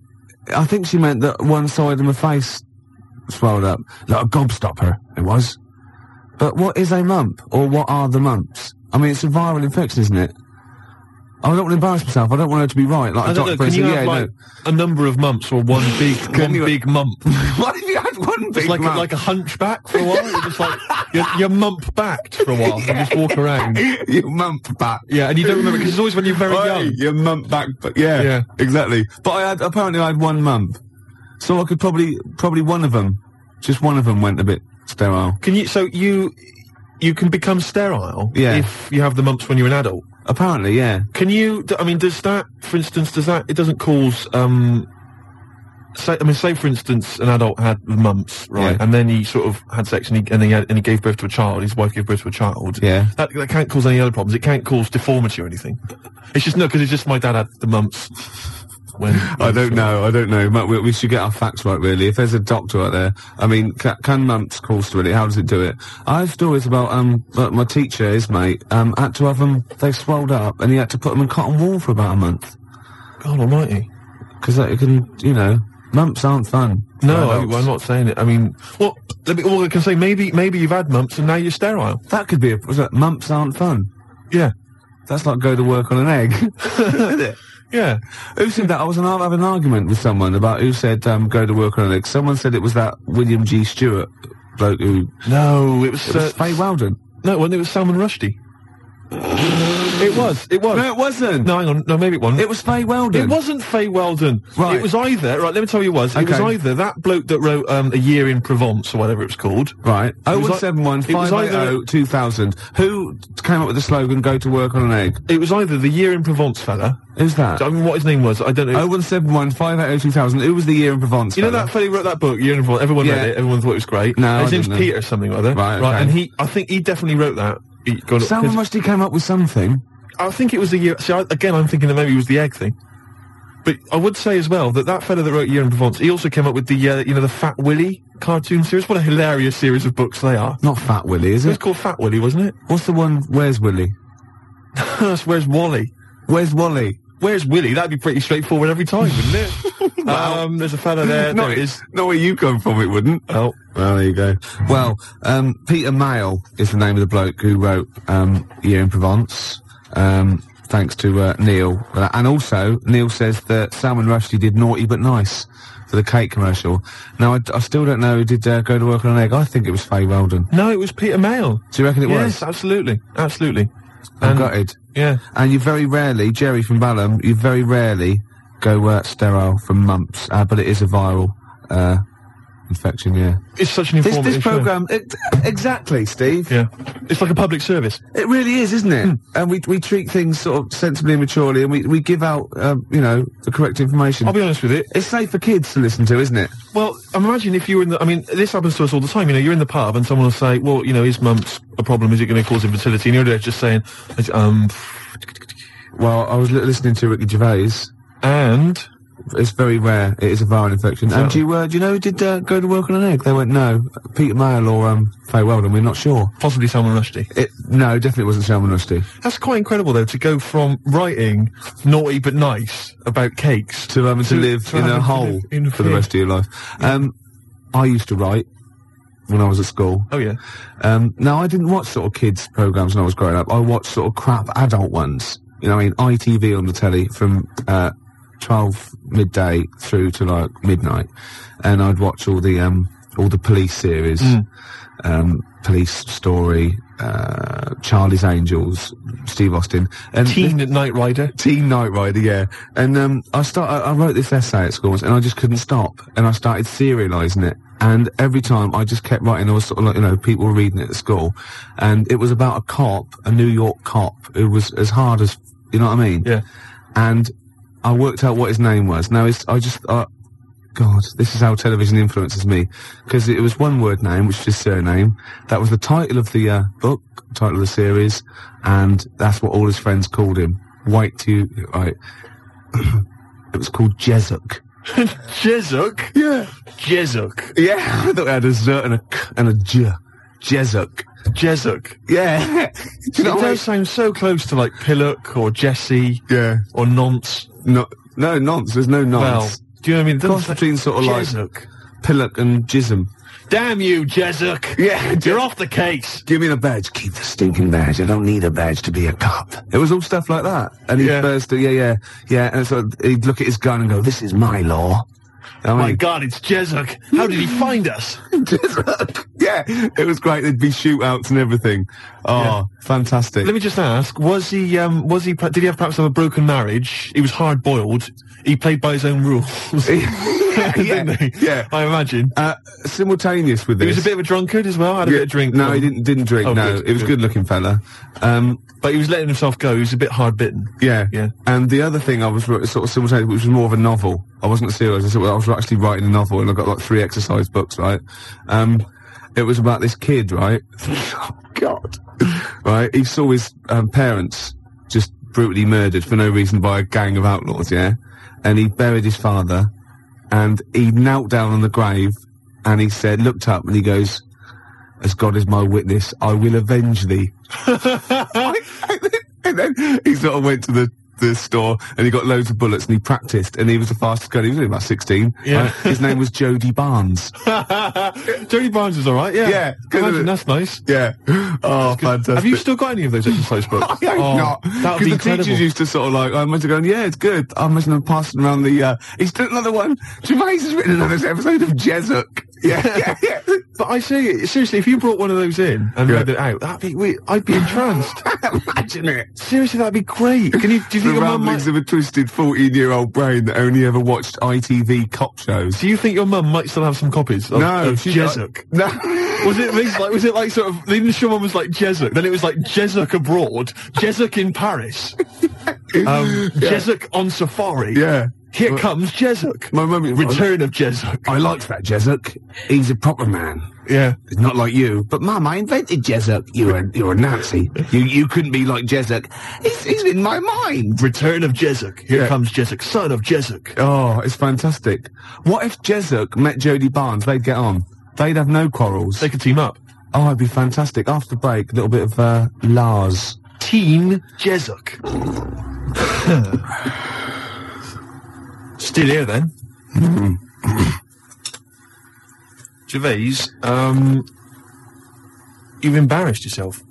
I think she meant that one side of my face swelled up, like a gobstopper, it was. But what is a mump, or what are the mumps? I mean, it's a viral infection, isn't it? I don't want to embarrass myself. I don't want her to be right. Like
I
a
don't
doctor,
know. Can you
yeah,
have
no.
like a number of mumps or one big, one
you-
big mump? It's
What if you had one big
like a,
mump?
like a hunchback for a while. You're just like you're, you're mump backed for a while. You just walk around.
you mump back.
Yeah, and you don't remember because it's always when you're very
Oi,
young.
you mump back. But yeah,
Yeah.
exactly. But I had apparently I had one mump, so I could probably probably one of them, just one of them went a bit sterile.
Can you? So you you can become sterile
Yeah.
if you have the mumps when you're an adult.
Apparently, yeah.
Can you? d- I mean, does that, for instance, does that? It doesn't cause. um Say, I mean, say for instance, an adult had mumps, right,
Yeah.
and then he sort of had sex, and he and he, had, and he gave birth to a child. His wife gave birth to a child.
Yeah.
that, that can't cause any other problems. It can't cause deformity or anything. It's just no, because it's just my dad had the mumps. When
I don't know. I don't know. But we, we should get our facts right, really. If there's a doctor out there, I mean, ca- can mumps cause sterility? How does it do it? I have stories about um, like my teacher, his mate, um, had to have them. They swelled up, and he had to put them in cotton wool for about a month
God Almighty.
because it can, you know, mumps aren't fun.
No, I,
Adults.
am not saying it. I mean, well, let me, all I can say, maybe, maybe you've had mumps and now you're sterile.
That could be a. Was that, mumps aren't fun.
Yeah,
That's like go to work on an egg. Isn't it?
yeah.
Who said that? I was an, having an argument with someone about who said um, go to work on an egg. Someone said it was that William G. Stewart bloke who.
No, it was,
It was
uh,
Faye Weldon.
no, when it was Salmon Rushdie. It was. It was.
No, it wasn't.
No, hang on. No, maybe it wasn't.
It was Faye Weldon.
It wasn't Faye Weldon.
Right.
It was either, right, let me tell you what it was. It was
Okay.
either that bloke that wrote um, A Year in Provence or whatever it was called.
Right.
It was like-
0171
it was either-
580 2000. Who came up with the slogan, go to work on an egg?
It was either the Year in Provence fella.
Who's that?
I mean, what his name was, I don't know.
0171 580 2000. Who was the year in Provence?
You know
fella?
that fella who wrote that book, Year in Provence? Everyone
Yeah.
read it. Everyone thought it was great.
No,
His
I
name's
didn't know.
Peter something or other.
Right, okay.
And he, I think he definitely wrote that. He got it- 'cause
Someone must have come up with something.
I think it was the year. See, I, again, I'm thinking that maybe it was the egg thing. But I would say as well that that fella that wrote Year in Provence, he also came up with the uh, you know the Fat Willy cartoon series. What a hilarious series of books they are.
Not Fat Willy, is
It was
it?
called Fat Willy, wasn't it?
What's the one? Where's Willy?
That's Where's Wally?
Where's Wally?
Where's Willy? That'd be pretty straightforward every time, wouldn't it? Um, there's a fella there.
No,
there it
Uh, it-
is.
Not where you come from, it wouldn't.
Oh,
Well, there you go. Well, um, Peter Mayle is the name of the bloke who wrote um, Year in Provence. Um, thanks to uh, Neil, for that. and also Neil says that Salman Rushdie did naughty but nice for the cake commercial. Now I, d- I still don't know who did uh, go to work on an egg. I think it was Faye Weldon.
no, it was Peter Mayle.
Do you reckon it
yes,
was?
absolutely, absolutely.
I'm
And-
gutted.
Yeah.
And you very rarely, Jerry from Balham, you very rarely go uh, sterile from mumps, uh, but it is a viral uh, infection. Yeah.
It's such an
This
informative
this
show.
program it, exactly, Steve.
Yeah. Hmm. It's like a public service.
It really is, isn't it? And we we treat things sort of sensibly and maturely, and we we give out um, you know the correct information.
I'll be honest with it.
it's safe for kids to listen to, isn't it?
Well, imagine if you were in the. I mean, this happens to us all the time. You know, you're in the pub and someone will say, "Well, you know, is mumps a problem? Is it going to cause infertility?" And you're there just saying, "Um,
Well, I was li- listening to Ricky Gervais.
and
It's very rare. It is a viral infection. And do you, uh, do you know who did uh, go to work on an egg? They went no, Peter Mayle or um, Faye Weldon. We're not sure.
possibly Salman Rushdie."
It no, definitely wasn't Salman Rushdie.
That's quite incredible, though, to go from writing naughty but nice about cakes
To um, to, live
to
in a
having to
hole
live in
for the
fear.
rest of your life. Um, I used to write when I was at school.
Oh yeah,
Um, now, I didn't watch sort of kids' programs when I was growing up. I watched sort of crap adult ones. You know, what I mean, ITV on the telly from uh, twelve midday through to like midnight, and I'd watch all the um, all the police series, um, Police Story, uh, Charlie's Angels, Steve Austin, and
Teen Night Rider.
Teen Night Rider, yeah. And um, I start. I, I wrote this essay at school, once and I just couldn't stop. And I started serialising it. And every time I just kept writing. I was sort of like, you know, people were reading it at school, and it was about a cop, a New York cop, who was as hard as you know what I mean.
Yeah.
And I worked out what his name was. Now it's, I just. I, God, this is how television influences me. Because it was one word name, which is his surname. That was the title of the uh, book, title of the series, and that's what all his friends called him. White to right. it was called Jezuk.
Jezuk,
Yeah.
Jezuk,
Yeah, I thought I had a Z and a K and a J. Jezuk.
Jezuk.
Yeah. Do you
It
know what I mean?
does sound so close to like Pillock or Jesse
Yeah.
or Nonce.
No, no, nonce. There's no
Well,
nonce.
do you know what I mean? It doesn't
Cross
sound-
between sort of like-
Jezuk.
Pillock and Jism.
Damn you, Jezuk.
Yeah,
You're off the case.
Give me the badge. Keep the stinking badge. I don't need a badge to be a cop. It was all stuff like that. And he'd
Yeah.
burst it, yeah, yeah, yeah. And so he'd look at his gun and go, this is my law. I
My
mean,
God, it's Jezuk. How did he find us?
yeah, it was great. There'd be shootouts and everything. Oh,
Yeah.
fantastic.
Let me just ask: Was he? Um, was he? per- Did he have perhaps have a broken marriage? He was hard boiled. He played by his own rules. didn't he?
yeah.
I imagine.
uh, simultaneous with
He
this.
was a bit of a drunkard as well. Had a bit of drink.
No,
on.
he didn't didn't drink.
Oh,
no,
good,
he was a
good.
good looking fella. Um,
But he was letting himself go. He was a bit hard bitten.
Yeah.
Yeah.
And the other thing I was wr- sort of simultaneously, which was more of a novel. I wasn't serious. I said, well, I was actually writing a novel and I got like three exercise books, right? Um, it was about this kid, right? oh, God. right? He saw his um, parents just brutally murdered for no reason by a gang of outlaws, yeah? And he buried his father and he knelt down on the grave and he said, looked up and he goes, as God is my witness, I will avenge thee. and then he sort of went to the, the store and he got loads of bullets and he practiced and he was the fastest gun. He was only about 16.
Yeah.
right? His name was Jody Barnes.
Jody Barnes was all right. Yeah.
Yeah, good,
Imagine
isn't it?
that's nice.
Yeah. Oh, fantastic.
Have you still got any of those exercise books?
I hope
Oh,
not.
That would
Because
be
the
incredible.
teachers used to sort of like, I imagine going, yeah, it's good. I imagine them passing around the, uh, he's done another one. Gervais has written another episode of Jezuk. Yeah, yeah, yeah.
But I say, seriously, if you brought one of those in and read it out, that'd be we, I'd be entranced.
Imagine it.
seriously, that'd be great. Can you? Do you
The
think your mum
ramblings
might?
of a twisted 14-year-old brain that only ever watched ITV cop shows.
Do you think your mum might still have some copies? Of,
No,
of
she-
Jezuk.
No.
Was it things like was it like sort of the initial one was like Jezuk, then it was like Jezuk abroad, Jezuk in Paris, um, Jezuk on safari.
Yeah.
Here comes Jezuk.
My mum-
Return of Jezuk.
I liked that Jezuk. He's a proper man.
Yeah.
It's not like you. But mum, I invented Jezuk. You're a, you're a Nazi. You you couldn't be like Jezuk. He's, he's in my mind.
Return of Jezuk. Here
Yeah.
comes Jezuk, son of Jezuk.
Oh, it's fantastic. What if Jezuk met Jodie Barnes? They'd get on. They'd have no quarrels.
They could team up.
Oh, it'd be fantastic. After the break, a little bit of uh, Lars.
Team Jezuk. Still here then. Gervais, um, you've embarrassed yourself.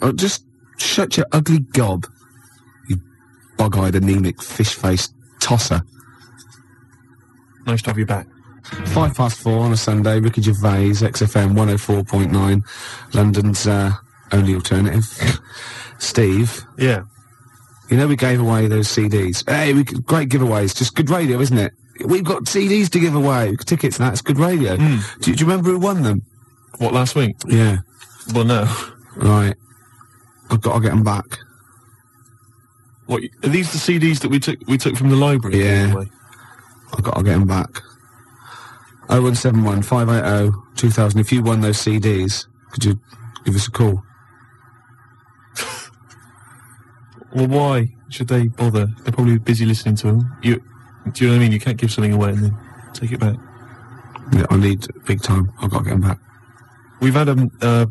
Oh, just shut your ugly gob. You bug-eyed, anemic, fish-faced tosser.
Nice to have you back.
Five past four on a Sunday, Ricky Gervais, XFM 104.9, London's uh, only alternative. Steve,
Yeah.
you know we gave away those CDs. Hey, we could, great giveaways, just good radio, isn't it? We've got CDs to give away, tickets and that's good radio. Do, do you remember who won them?
What, last week?
Yeah.
Well, no.
Right. I've got to get them back.
What, are these the CDs that we took we took from the library?
Yeah.
by the way?
I've got to get them back. 0171 580 2000. oh, If you won those CDs, could you give us a call?
Well, why should they bother? They're probably busy listening to them. You, do you know what I mean? You can't give something away and then take it back.
Yeah, I need big time. I've got to get them back.
We've had a um, uh,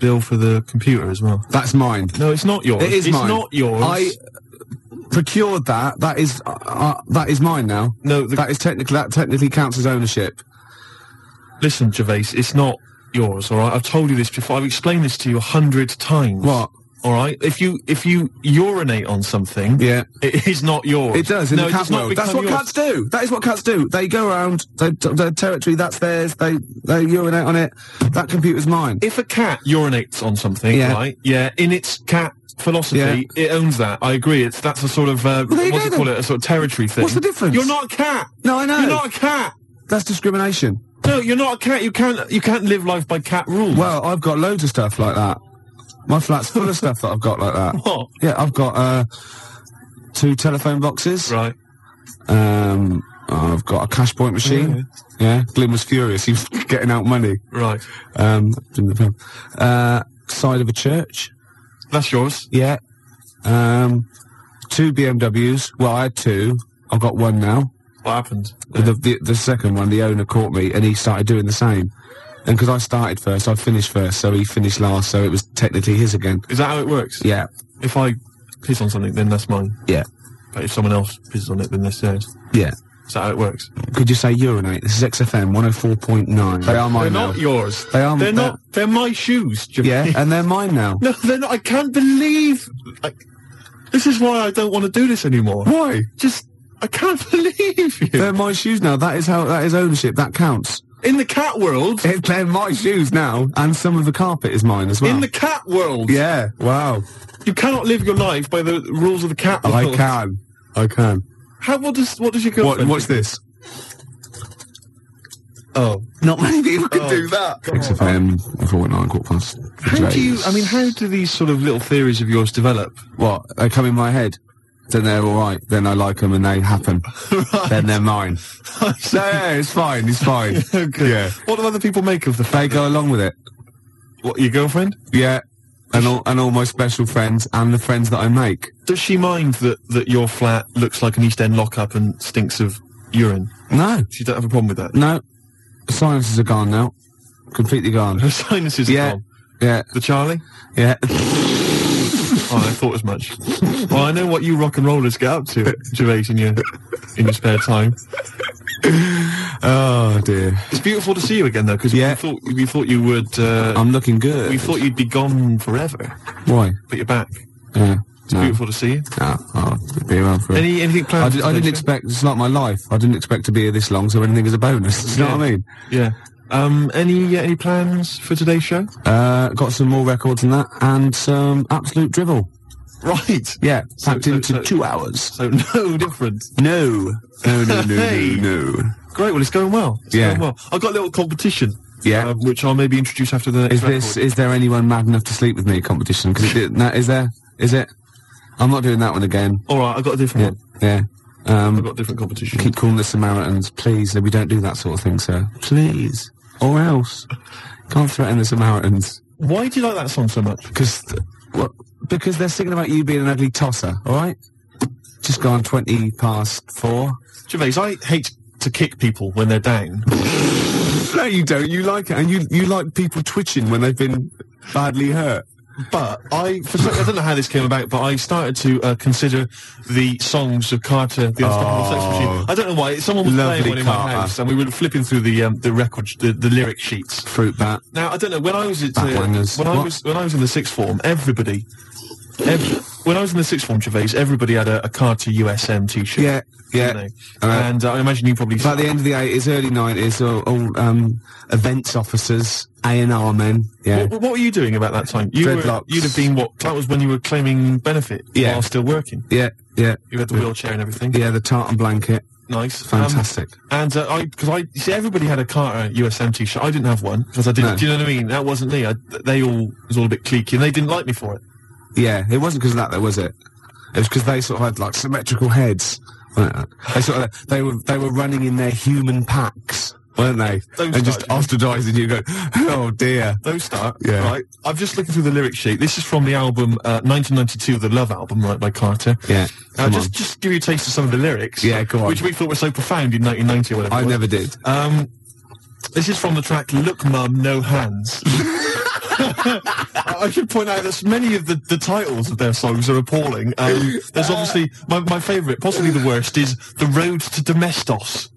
bill for the computer as well.
That's mine.
No, it's not yours.
It is
it's
mine.
not yours.
I procured that. That is uh, uh, that is mine now.
No, the-
that is technically that technically counts as ownership.
Listen, Gervais, it's not yours, all right? I've told you this before. I've explained this to you a hundred times.
What?
All right? If you if you urinate on something,
Yeah.
it is not yours.
It does in
no,
the
it
cat
does not
world. That's
become
what
yours.
cats do. That is what cats do. They go around they, their territory. That's theirs. They they urinate on it. That computer's mine.
if a cat urinates on something,
Yeah.
right? Yeah, in its cat philosophy,
Yeah.
it owns that. I agree. It's that's a sort of uh,
there you
what's
go
it call
then.
it? A sort of territory thing.
What's the difference?
You're not a cat.
No, I know.
You're not a cat.
That's discrimination.
No, you're not a cat. You can't. You can't live life by cat rules.
Well, I've got loads of stuff like that. My flat's full of stuff that I've got like that.
What?
Yeah, I've got uh, two telephone boxes.
Right.
Um, I've got a cash point machine. Yeah, Glyn was furious. He was getting out money.
Right.
Um, in the film. Uh, side of a church.
That's yours.
Yeah. Um, two BMWs. Well, I had two. I've got one now.
What happened?
But The, the, the second one, the owner caught me and he started doing the same. And because I started first, I finished first, so he finished last, so it was technically his again.
Is that how it works?
Yeah,
If I piss on something, then that's mine.
yeah,
But if someone else pisses on it, then they're theirs.
yeah.
Is that how it works?
Could you say urinate? This is XFM 104.9. They are
they're
mine now.
not yours.
They are-
They're not. They're my shoes. Jim.
yeah, and they're mine now.
No, they're not. I can't believe. I, this is why I don't want to do this anymore.
Why?
Just, I can't believe you.
They're my shoes now. That is how. That is ownership. That counts.
in the cat world.
It, they're my shoes now, and some of the carpet is mine as well.
In the cat world.
yeah. Wow.
You cannot live your life by the rules of the cat world.
I can. I can.
How? What does? What does your
What,
girlfriend?
what's this?
Oh.
Not many people can do that. XFM 104.9 quarter past.
How do you?
Jays.
I mean, how do these sort of little theories of yours develop?
What? They come in my head. Then they're all right. Then I like them, and they happen. Then they're mine. no, yeah, it's fine. It's fine. Yeah.
What do other people make of the fact?
They go along with it.
What your girlfriend?
Yeah. And all and all my special friends and the friends that I make.
Does she mind that that your flat looks like an East End lockup and stinks of urine?
No,
She don't have a problem with that.
no. The silences are gone now. Completely gone.
Her sinuses are
Yeah.
gone.
Yeah.
The Charlie?
Yeah.
Oh, I thought as much. Well, I know what you rock and rollers get up to, Gervais, in your, in your spare time.
Oh dear.
It's beautiful to see you again, though, because
Yeah.
we, thought, we thought you would... Uh,
I'm looking good.
we thought you'd be gone forever,
Why?
but you're back.
Yeah.
It's
No.
beautiful to see you.
no. Oh, it'd be around for.
Any Anything planned?
I, did,
for
I didn't
today,
expect. It's like my life. I didn't expect to be here this long, so anything is a bonus. You know what I mean?
sir? Yeah. Um, any uh, any plans for today's show?
Uh, got some more records than that, and some absolute drivel.
Right.
Yeah, packed
so-
into
so-
two hours.
So no difference.
No, no, no, no,
Hey.
no, no.
Great. Well, it's going well. It's
Yeah.
Going well. I've got a little competition.
Yeah.
um, which I'll maybe introduce after the next
Is this? Is there anyone mad enough to sleep with me? Competition? Because it, no, is there? Is it? I'm not doing that one again.
All right. I've got a different
Yeah,
one.
yeah.
I've
Um,
got a different competition.
keep calling the Samaritans, please. We don't do that sort of thing, sir. Please, or else. Can't threaten the Samaritans.
Why do you like that song so much?
Because what? Because they're singing about you being an ugly tosser. All right. Just gone twenty past four.
Gervais, I hate to kick people when they're down.
No, you don't. You like it, and you you like people twitching when they've been badly hurt.
But I, for some, I don't know how this came about, but I started to uh, consider the songs of Carter, the Unstoppable Sex Machine. I don't know why. Someone was
Oh. Lovely
playing one in my
Carter.
house, and we were flipping through the um, the record, sh- the, the lyric sheets.
Fruit bat.
Now I don't know when I was at, uh,
Backlanders.
when I
What?
was when I was in the sixth form, everybody. ev when I was in the sixth form, Gervais, everybody had a, a Carter USM T-shirt.
Yeah,
you
yeah.
know.
Uh,
and uh, I imagine you probably.
About the end of the eighties, early nineties, all, all um, events officers, A and R men. Yeah.
What, what were you doing about that time? You
Dreadlocks.
Were, you'd have been what? That was when you were claiming benefit
Yeah.
while still working.
Yeah, yeah,
You had the wheelchair and everything.
yeah. The tartan blanket,
Nice. Um,
fantastic.
and uh, I, because I you see, everybody had a uh, Carter USM T-shirt. I didn't have one because I didn't.
No.
Do you know what I mean? That wasn't me. I, they all it was all a bit cliquey, and they didn't like me for it.
yeah, it wasn't because of that, though, was it? It was because they sort of had like symmetrical heads. weren't they? They sort of they were they were running in their human packs, weren't they?
Those
and just
guys.
ostracising you, go, oh dear.
Those start.
Yeah.
Right. I'm just looking through the lyric sheet. This is from the album uh, 1992, the Love album, right by Carter.
Yeah,
Now,
come
just
on.
just give you a taste of some of the lyrics.
Yeah, go on.
Which we thought were so profound in 1990 or whatever. it
I
was.
never did.
Um, this is from the track "Look, Mum, No Hands." I I should point out that many of the, the titles of their songs are appalling. Um, there's obviously my, my favourite, possibly the worst, is "The Road to Domestos."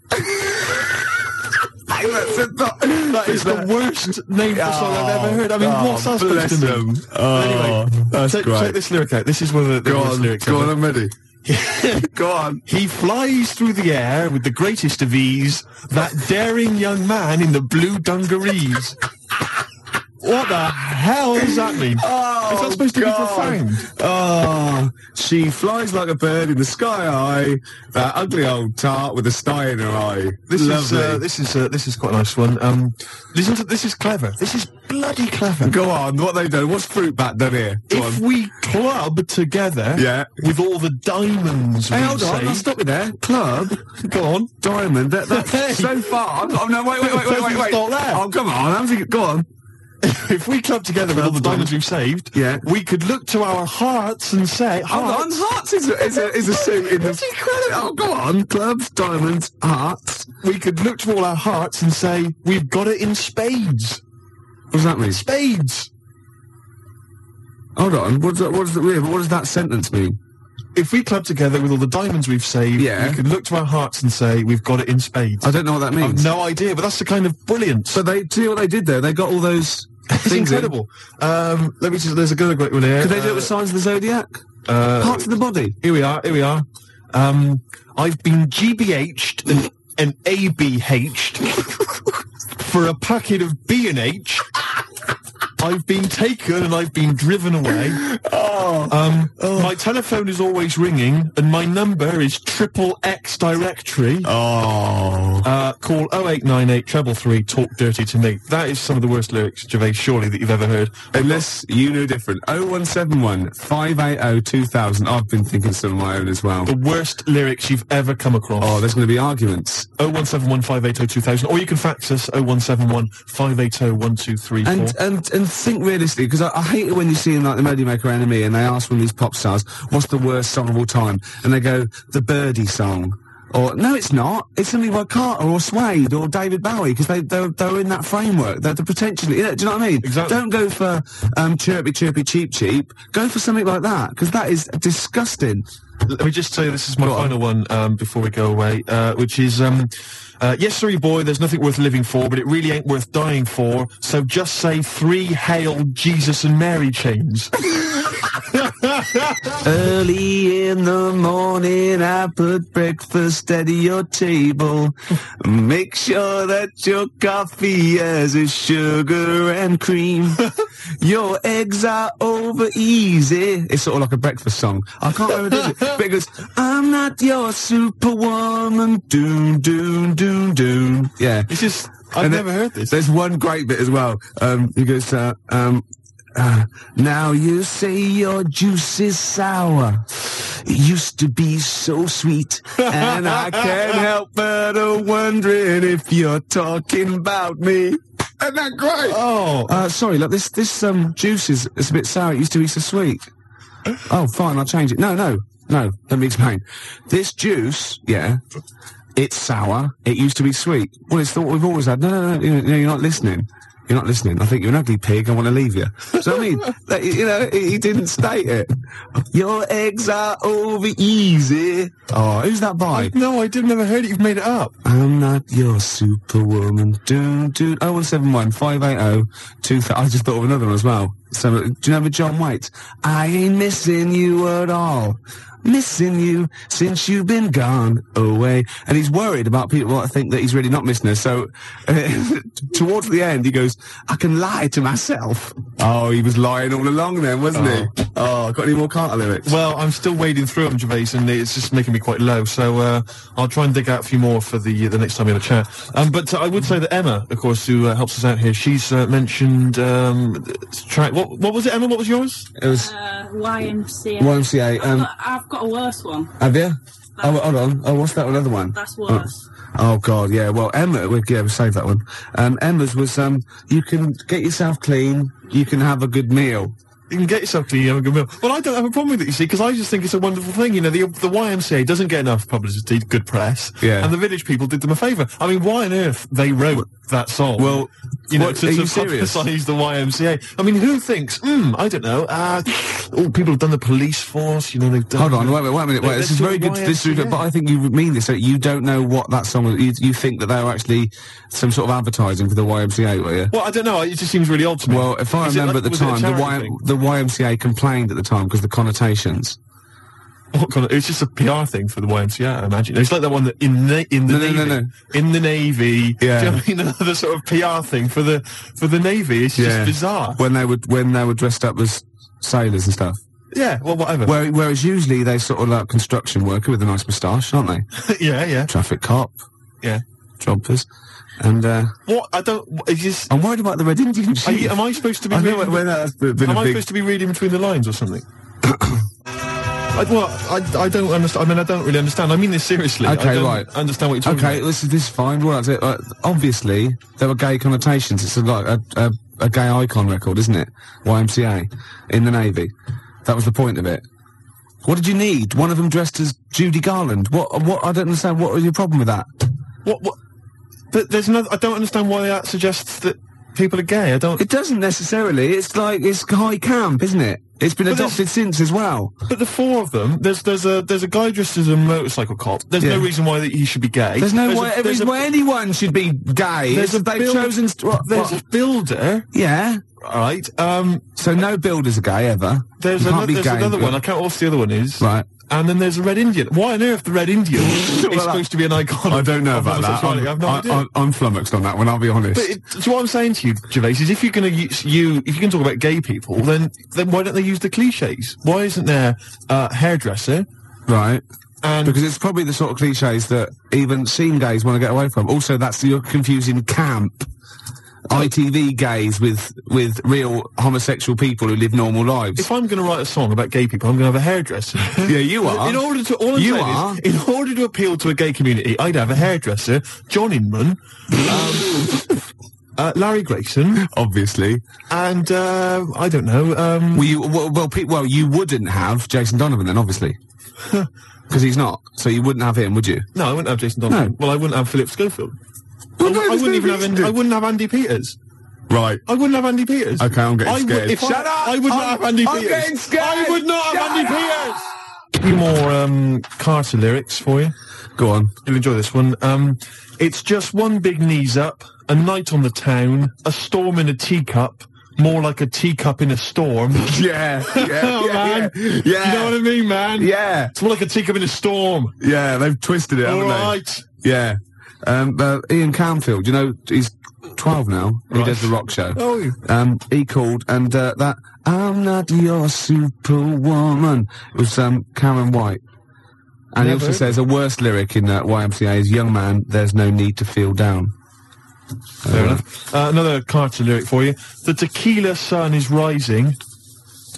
That is the worst name for a song I've ever heard. I mean,
Oh,
what's that supposed to
bless
mean?
them. Oh,
anyway,
that's
check,
great.
check this lyric out. This is one of the, the
Go
worst
on,
lyrics.
go
ever.
on, I'm ready. go on.
He flies through the air with the greatest of ease, that daring young man in the blue dungarees. what the hell does that mean?
Oh,
Is that supposed to be
God.
profound?
Oh, she flies like a bird in the sky high, that ugly old tart with a sty in her eye.
This
Lovely.
is uh, this is uh, this is quite a nice one. Um, listen to this is clever. This is bloody clever.
Go on, what they done? What's fruit bat done here? Go
if
on.
we club together,
Yeah.
with all the diamonds,
Hey,
we
hold on,
say-
I'll stop you there. Club,
go on.
diamond, that, that's
Hey.
so far. I'm, I'm, no, wait, wait, wait, wait, wait, wait.
Stop there.
Oh, come on, I'm thinking, go on.
If we club together with all the diamonds we've saved,
Yeah.
we could look to our hearts and say,
Hold on,
"Hearts,
Oh, hearts is a, is a, is a suit in the... Oh, go on, clubs, diamonds, hearts.
we could look to all our hearts and say, we've got it in spades.
What does that mean?
Spades.
Hold on, what does that, what does, that, what does that sentence mean?
If we club together with all the diamonds we've saved,
Yeah.
we could look to our hearts and say, we've got it in spades.
I don't know what that means.
I've no idea, but that's the kind of brilliance.
So they see what they did there. They got all those
it's
things in.
incredible. Um, let me just, there's a good great one here.
Could they do
Uh,
it with signs of the zodiac?
uh,
Parts of the body.
Here we are, here we are. Um, I've been GBH'd and, and ABH'd for a packet of B&H. I've been taken and I've been driven away. Um, My telephone is always ringing and my number is triple X directory.
Oh.
Uh, call 0898 treble three, talk dirty to me. That is some of the worst lyrics, Gervais, surely, that you've ever heard.
Unless you know different. 0171 580 2000. I've been thinking some of my own as well.
The worst lyrics you've ever come across.
Oh, there's going to be arguments.
0171 580 2000 or you can fax us 0171 580 1234
And and and think realistically, because I, I hate it when you see in like the Melody Maker Enemy and they ask one of these pop stars, "What's the worst song of all time?" and they go, "The Birdie song." Or no, it's not. It's something by Carter or Suede or David Bowie because they they're, they're in that framework. They're the potential. You know, do you know what I mean?
Exactly.
Don't go for um, chirpy chirpy cheap cheap. Go for something like that because that is disgusting.
uh, let me just tell you this is my
Go on.
final one um, before we go away uh, which is um, uh, yes sorry boy there's nothing worth living for but it really ain't worth dying for so just say three hail jesus and mary chains
Early in the morning, I put breakfast at your table. Make sure that your coffee has a sugar and cream. Your eggs are over easy. It's sort of like a breakfast song. I can't remember it, but it goes, I'm not your superwoman. Doom, doom, doom, doom. Yeah.
It's just I've
And
never
then-
heard this.
There's one great bit as well. Um, he goes, uh, um, uh, now you say your juice is sour. It used to be so sweet, and I can't help but uh, wondering if you're talking about me. Isn't that great?
Oh,
Uh, sorry, look, this this um juice is it's a bit sour. It used to be so sweet. Oh, fine, I'll change it. No, no, no. Let me explain. This juice, yeah, it's sour. It used to be sweet. Well, it's the what we've always had. No, no, no. you- no, You're not listening. You're not listening. I think you're an ugly pig. I want to leave you. So I mean, that, you know, he he didn't state it. Your eggs are over easy. Oh, who's that by?
no, I did never heard it. You've made it up.
I'm not your superwoman. oh, Dun, dun. 0171 580 2000. oh, I just thought of another one as well. So, do you remember John White? I ain't missing you at all. Missing you since you've been gone away. And he's worried about people that think that he's really not missing her. So, uh, towards the end, he goes, I can lie to myself. Oh, he was lying all along then, wasn't he? Oh, got any more Carter lyrics?
Well, I'm still wading through them, Gervais, and it's just making me quite low. So uh, I'll try and dig out a few more for the the next time we have a chat. Um, but uh, I would say that Emma, of course, who uh, helps us out here, she's uh, mentioned um, th- track. What what was it, Emma? What was yours?
It was
Uh, YMCA.
YMCA. Um,
I've got a worse one.
have you? Oh, hold on. Oh, what's that another one?
That's worse.
Oh God, yeah. Well, Emma, we, yeah, we saved that one. Um, Emma's was um, you can get yourself clean, you can have a good meal.
You can get yourself to have a good meal. Well, I don't have a problem with it, you see, because I just think it's a wonderful thing. You know, the the YMCA doesn't get enough publicity, good press,
Yeah.
and the village people did them a favour. I mean, why on earth they wrote that song?
Well,
you know,
what-
to,
are
to
you serious?
publicise the YMCA. I mean, who thinks? Hmm, I don't know. Uh, oh, people have done the police force. You know, they've done.
Hold on, wait, wait, wait a minute. Wait,
Let's
this is
do
very
a
good. This is,
YMCA.
but I think you mean this. So you don't know what that song. was- You, you think that they were actually some sort of advertising for the YMCA, were you?
Well, I don't know. It just seems really odd to me.
Well, if I
Is it
remember at
like-
the
was it a
time, the,
charity
y,
thing?
the YMCA complained at the time because the connotations.
What kind of- it's just a PR thing for the YMCA, I imagine. It's like that one that in the in the
No, no,
navy,
no, no.
in the navy.
Yeah.
do you know what I mean another sort of PR thing for the for the navy? It's just bizarre.
When they would when they were dressed up as sailors and stuff.
yeah, well, whatever.
Where, whereas usually they sort of like construction worker with a nice moustache, aren't they?
yeah, yeah,
Traffic cop,
yeah.
jumpers, and. uh
What I don't is this.
I'm worried about the Red Indian
Are
chief.
you, am I supposed to be?
I know
reading-
where that's b- been
Am
a
I
big.
supposed to be reading between the lines or something? I, well, I, I don't understand. I mean, I don't really understand. I mean this seriously.
Okay,
I don't
right.
Understand what you're talking
Okay,
about.
this is this is fine. Well, that's it. Uh, obviously, there were gay connotations. It's a, like a, a a gay icon record, isn't it? YMCA in the Navy. That was the point of it. What did you need? One of them dressed as Judy Garland. What? What? I don't understand. What was your problem with that?
What? What? But there's no. I don't understand why that suggests that people are gay. I don't.
It doesn't necessarily. It's like it's high camp, isn't it? It's been
But there's-
adopted since as well.
But the four of them, there's there's a there's a guy dressed as a motorcycle cop. There's
Yeah.
no reason why that he should be gay.
There's no
there's
way.
A, there's
there's
a,
why anyone should be gay. It's-
there's a
they've
build-
chosen. St- what-
there's
what-
a builder,
yeah.
right? Um,
So no builders are gay ever.
there's
You can't
another
be
there's
gay,
another
but-
one. I can't. What's the other one is?
Right.
And then there's a red Indian. Why on earth the red Indian is
Well, I-
supposed to be an icon?
I don't know
of
about that.
homosexuality? I have no idea.
am flummoxed on that one. I'll be honest.
but it, so what I'm saying to you, Gervais, is if you're going to use you, if you can talk about gay people, then then why don't they use the cliches? Why isn't there uh, hairdresser?
right.
And
Because it's probably the sort of cliches that even seen gays want to get away from. Also, that's you're confusing camp, ITV gays with with real homosexual people who live normal lives.
if I'm going to write a song about gay people, I'm going to have a hairdresser.
Yeah, you are.
In order to all I'm
You
saying is,
are.
in order to appeal to a gay community, I'd have a hairdresser, John Inman, um, uh, Larry Grayson,
Obviously,
and uh, I don't know. Um,
well, you well, well, pe- well, you wouldn't have Jason Donovan then, obviously, because he's not. So you wouldn't have him, would you?
no, I wouldn't have Jason Donovan.
No.
Well, I wouldn't have Philip Schofield.
Well,
I
no,
w- I
there's
wouldn't
no
even have.
reason
Andy,
to.
I wouldn't have Andy Peters.
Right.
I wouldn't have Andy Peters.
Okay, I'm getting
I would-
scared.
if I-
Shut up!
I would not
I'm-
have Andy
I'm
Peters.
getting scared!
I would not have
Shut
Andy
up!
Peters. Few more um, Carter lyrics for you.
Go on.
You'll enjoy this one. Um, it's just one big knees up, a night on the town, a storm in a teacup, more like a teacup in a storm.
Yeah, yeah,
Oh,
yeah,
man.
yeah,
You know what
yeah,
I mean, man?
yeah,
It's more like a teacup in a storm.
yeah. They've twisted it,
All
haven't they?
right.
Yeah. Um, uh, Ian Canfield, you know, he's 12 now. He
Right.
does the rock show.
Oh.
Um, he called and uh, that, I'm not your superwoman, was um, Karen White. And he
Never.
also says a worse lyric in uh, YMCA is, young man, there's no need to feel down.
Fair enough. Uh, another Carter lyric for you. The tequila sun is rising,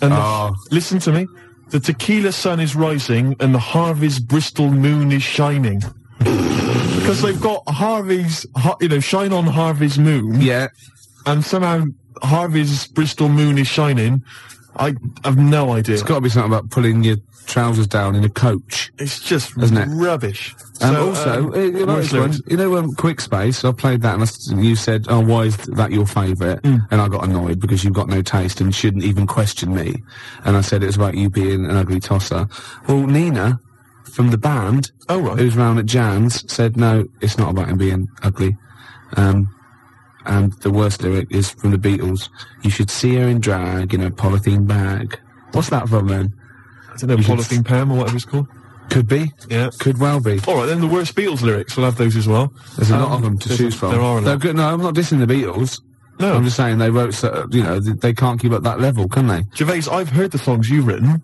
and the-
Oh.
listen to me. The tequila sun is rising, and the Harvey's Bristol moon is shining. Because they've got Harvey's, Har- you know, shine on Harvey's moon,
Yeah.
and somehow Harvey's Bristol moon is shining. I have no idea. It's,
It's got to be something about pulling your trousers down in a coach.
just
Isn't it?
rubbish.
And
So,
also,
um,
uh, you, know,
worse
this one,
lyrics.
you know, um, Quick Space, I played that and I s- you said, oh, why is th- that your favourite?
Mm.
And I got annoyed because you've got no taste and shouldn't even question me. And I said it was about you being an ugly tosser. Well, Nina from the band,
Oh, right.
who's round at Jan's, said, no, it's not about him being ugly. Um, and the worst lyric is from the Beatles, you should see her in drag in a polythene bag. What's that from then?
I don't know,
should-
polythene Pam or whatever it's called.
Could be.
Yeah.
Could well be.
All right, then the worst Beatles lyrics. We'll have those as well.
There's a
Um,
lot of them to
there's-
choose from.
There are a
They're
lot.
good. No, I'm not dissing the Beatles.
No,
I'm just saying they wrote, so, you know, th- they can't keep up that level, can they?
Gervais, I've heard the songs you've written.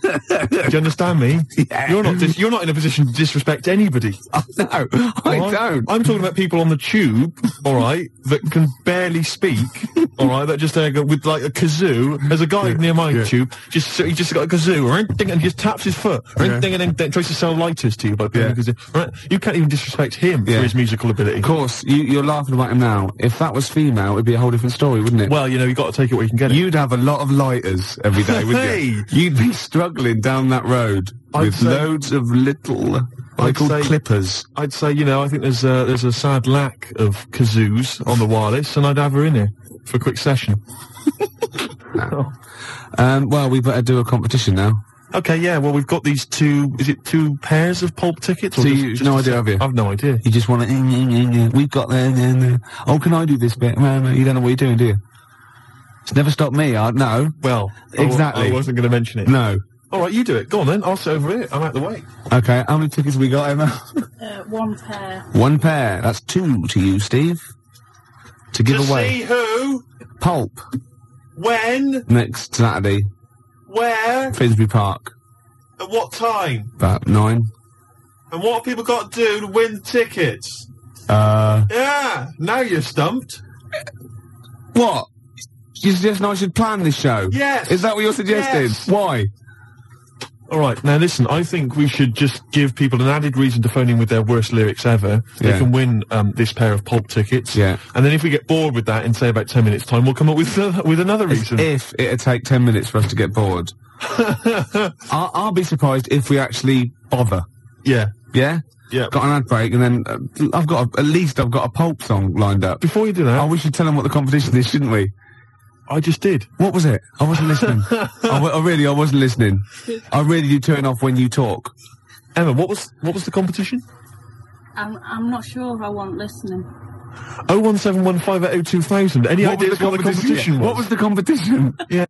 Do you understand me?
Yeah.
You're not dis- you're not in a position to disrespect anybody.
No, I
alright?
don't.
I'm talking about people on the tube, all right, that can barely speak, all right, that just there go with like a kazoo. There's a guy near my tube, just so he just got a kazoo, ring, ding, and he just taps his foot, ring,
Yeah.
ding, and then, then tries to sell lighters to you by playing
Yeah.
the kazoo. Right? You can't even disrespect him
Yeah.
for his musical ability.
Of course, you, you're laughing about him now. If that was female, it'd be a whole different story, wouldn't it?
Well, you know, you got to take it where you can get it.
You'd have a lot of lighters every day, wouldn't you?
Hey!
You'd be struggling down that road
I'd
with
say-
loads of little, I
I'd
call
say-
clippers.
I'd say, you know, I think there's a, there's a sad lack of kazoos on the wireless, and I'd have her in here for a quick session.
Um, well, we better do a competition now.
Okay, yeah, well, we've got these two, is it two pairs of pulp tickets? Or
So you- no
a
idea,
set?
have you?
I've no idea.
You just want to, we've got the, oh, can I do this bit? No, no, You don't know what you're doing, do you? It's never stopped me, I know.
Well, I wa-
Exactly.
I, wasn't going to mention it.
No.
All right, you do it. Go on then. I'll sit over here. I'm out the way.
Okay, how many tickets we got, Emma?
Uh, one pair.
One pair. That's two to you, Steve. To give away.
who,
Pulp
when,
next Saturday,
where,
Finsbury Park,
at what time,
about nine.
and what have people got to do to win tickets?
Uh,
Yeah, now you're stumped.
what? You suggesting I should plan this show?
Yes.
Is that what you're suggesting?
Yes.
Why?
All right, now listen. I think we should just give people an added reason to phone in with their worst lyrics ever.
Yeah.
They can win um, this pair of pulp tickets.
Yeah.
And then if we get bored with that in say about ten minutes' time, we'll come up with uh, with another reason.
If it'd take ten minutes for us to get bored, I'll, I'll be surprised if we actually bother.
yeah.
Yeah.
Yeah.
Got an ad break, and then uh, I've got a, at least I've got a pulp song lined up.
Before you do that,
Oh, we should tell them what the competition is, shouldn't we?
I just did.
What was it? I wasn't listening. I, w- I really, I wasn't listening. I really do turn off when you talk.
Emma, what was what was the competition?
I'm, I'm not sure if I want listening.
Oh one seven one five eight oh two thousand. Any
What was
ideas what the competition was?
What was the competition?
Yeah.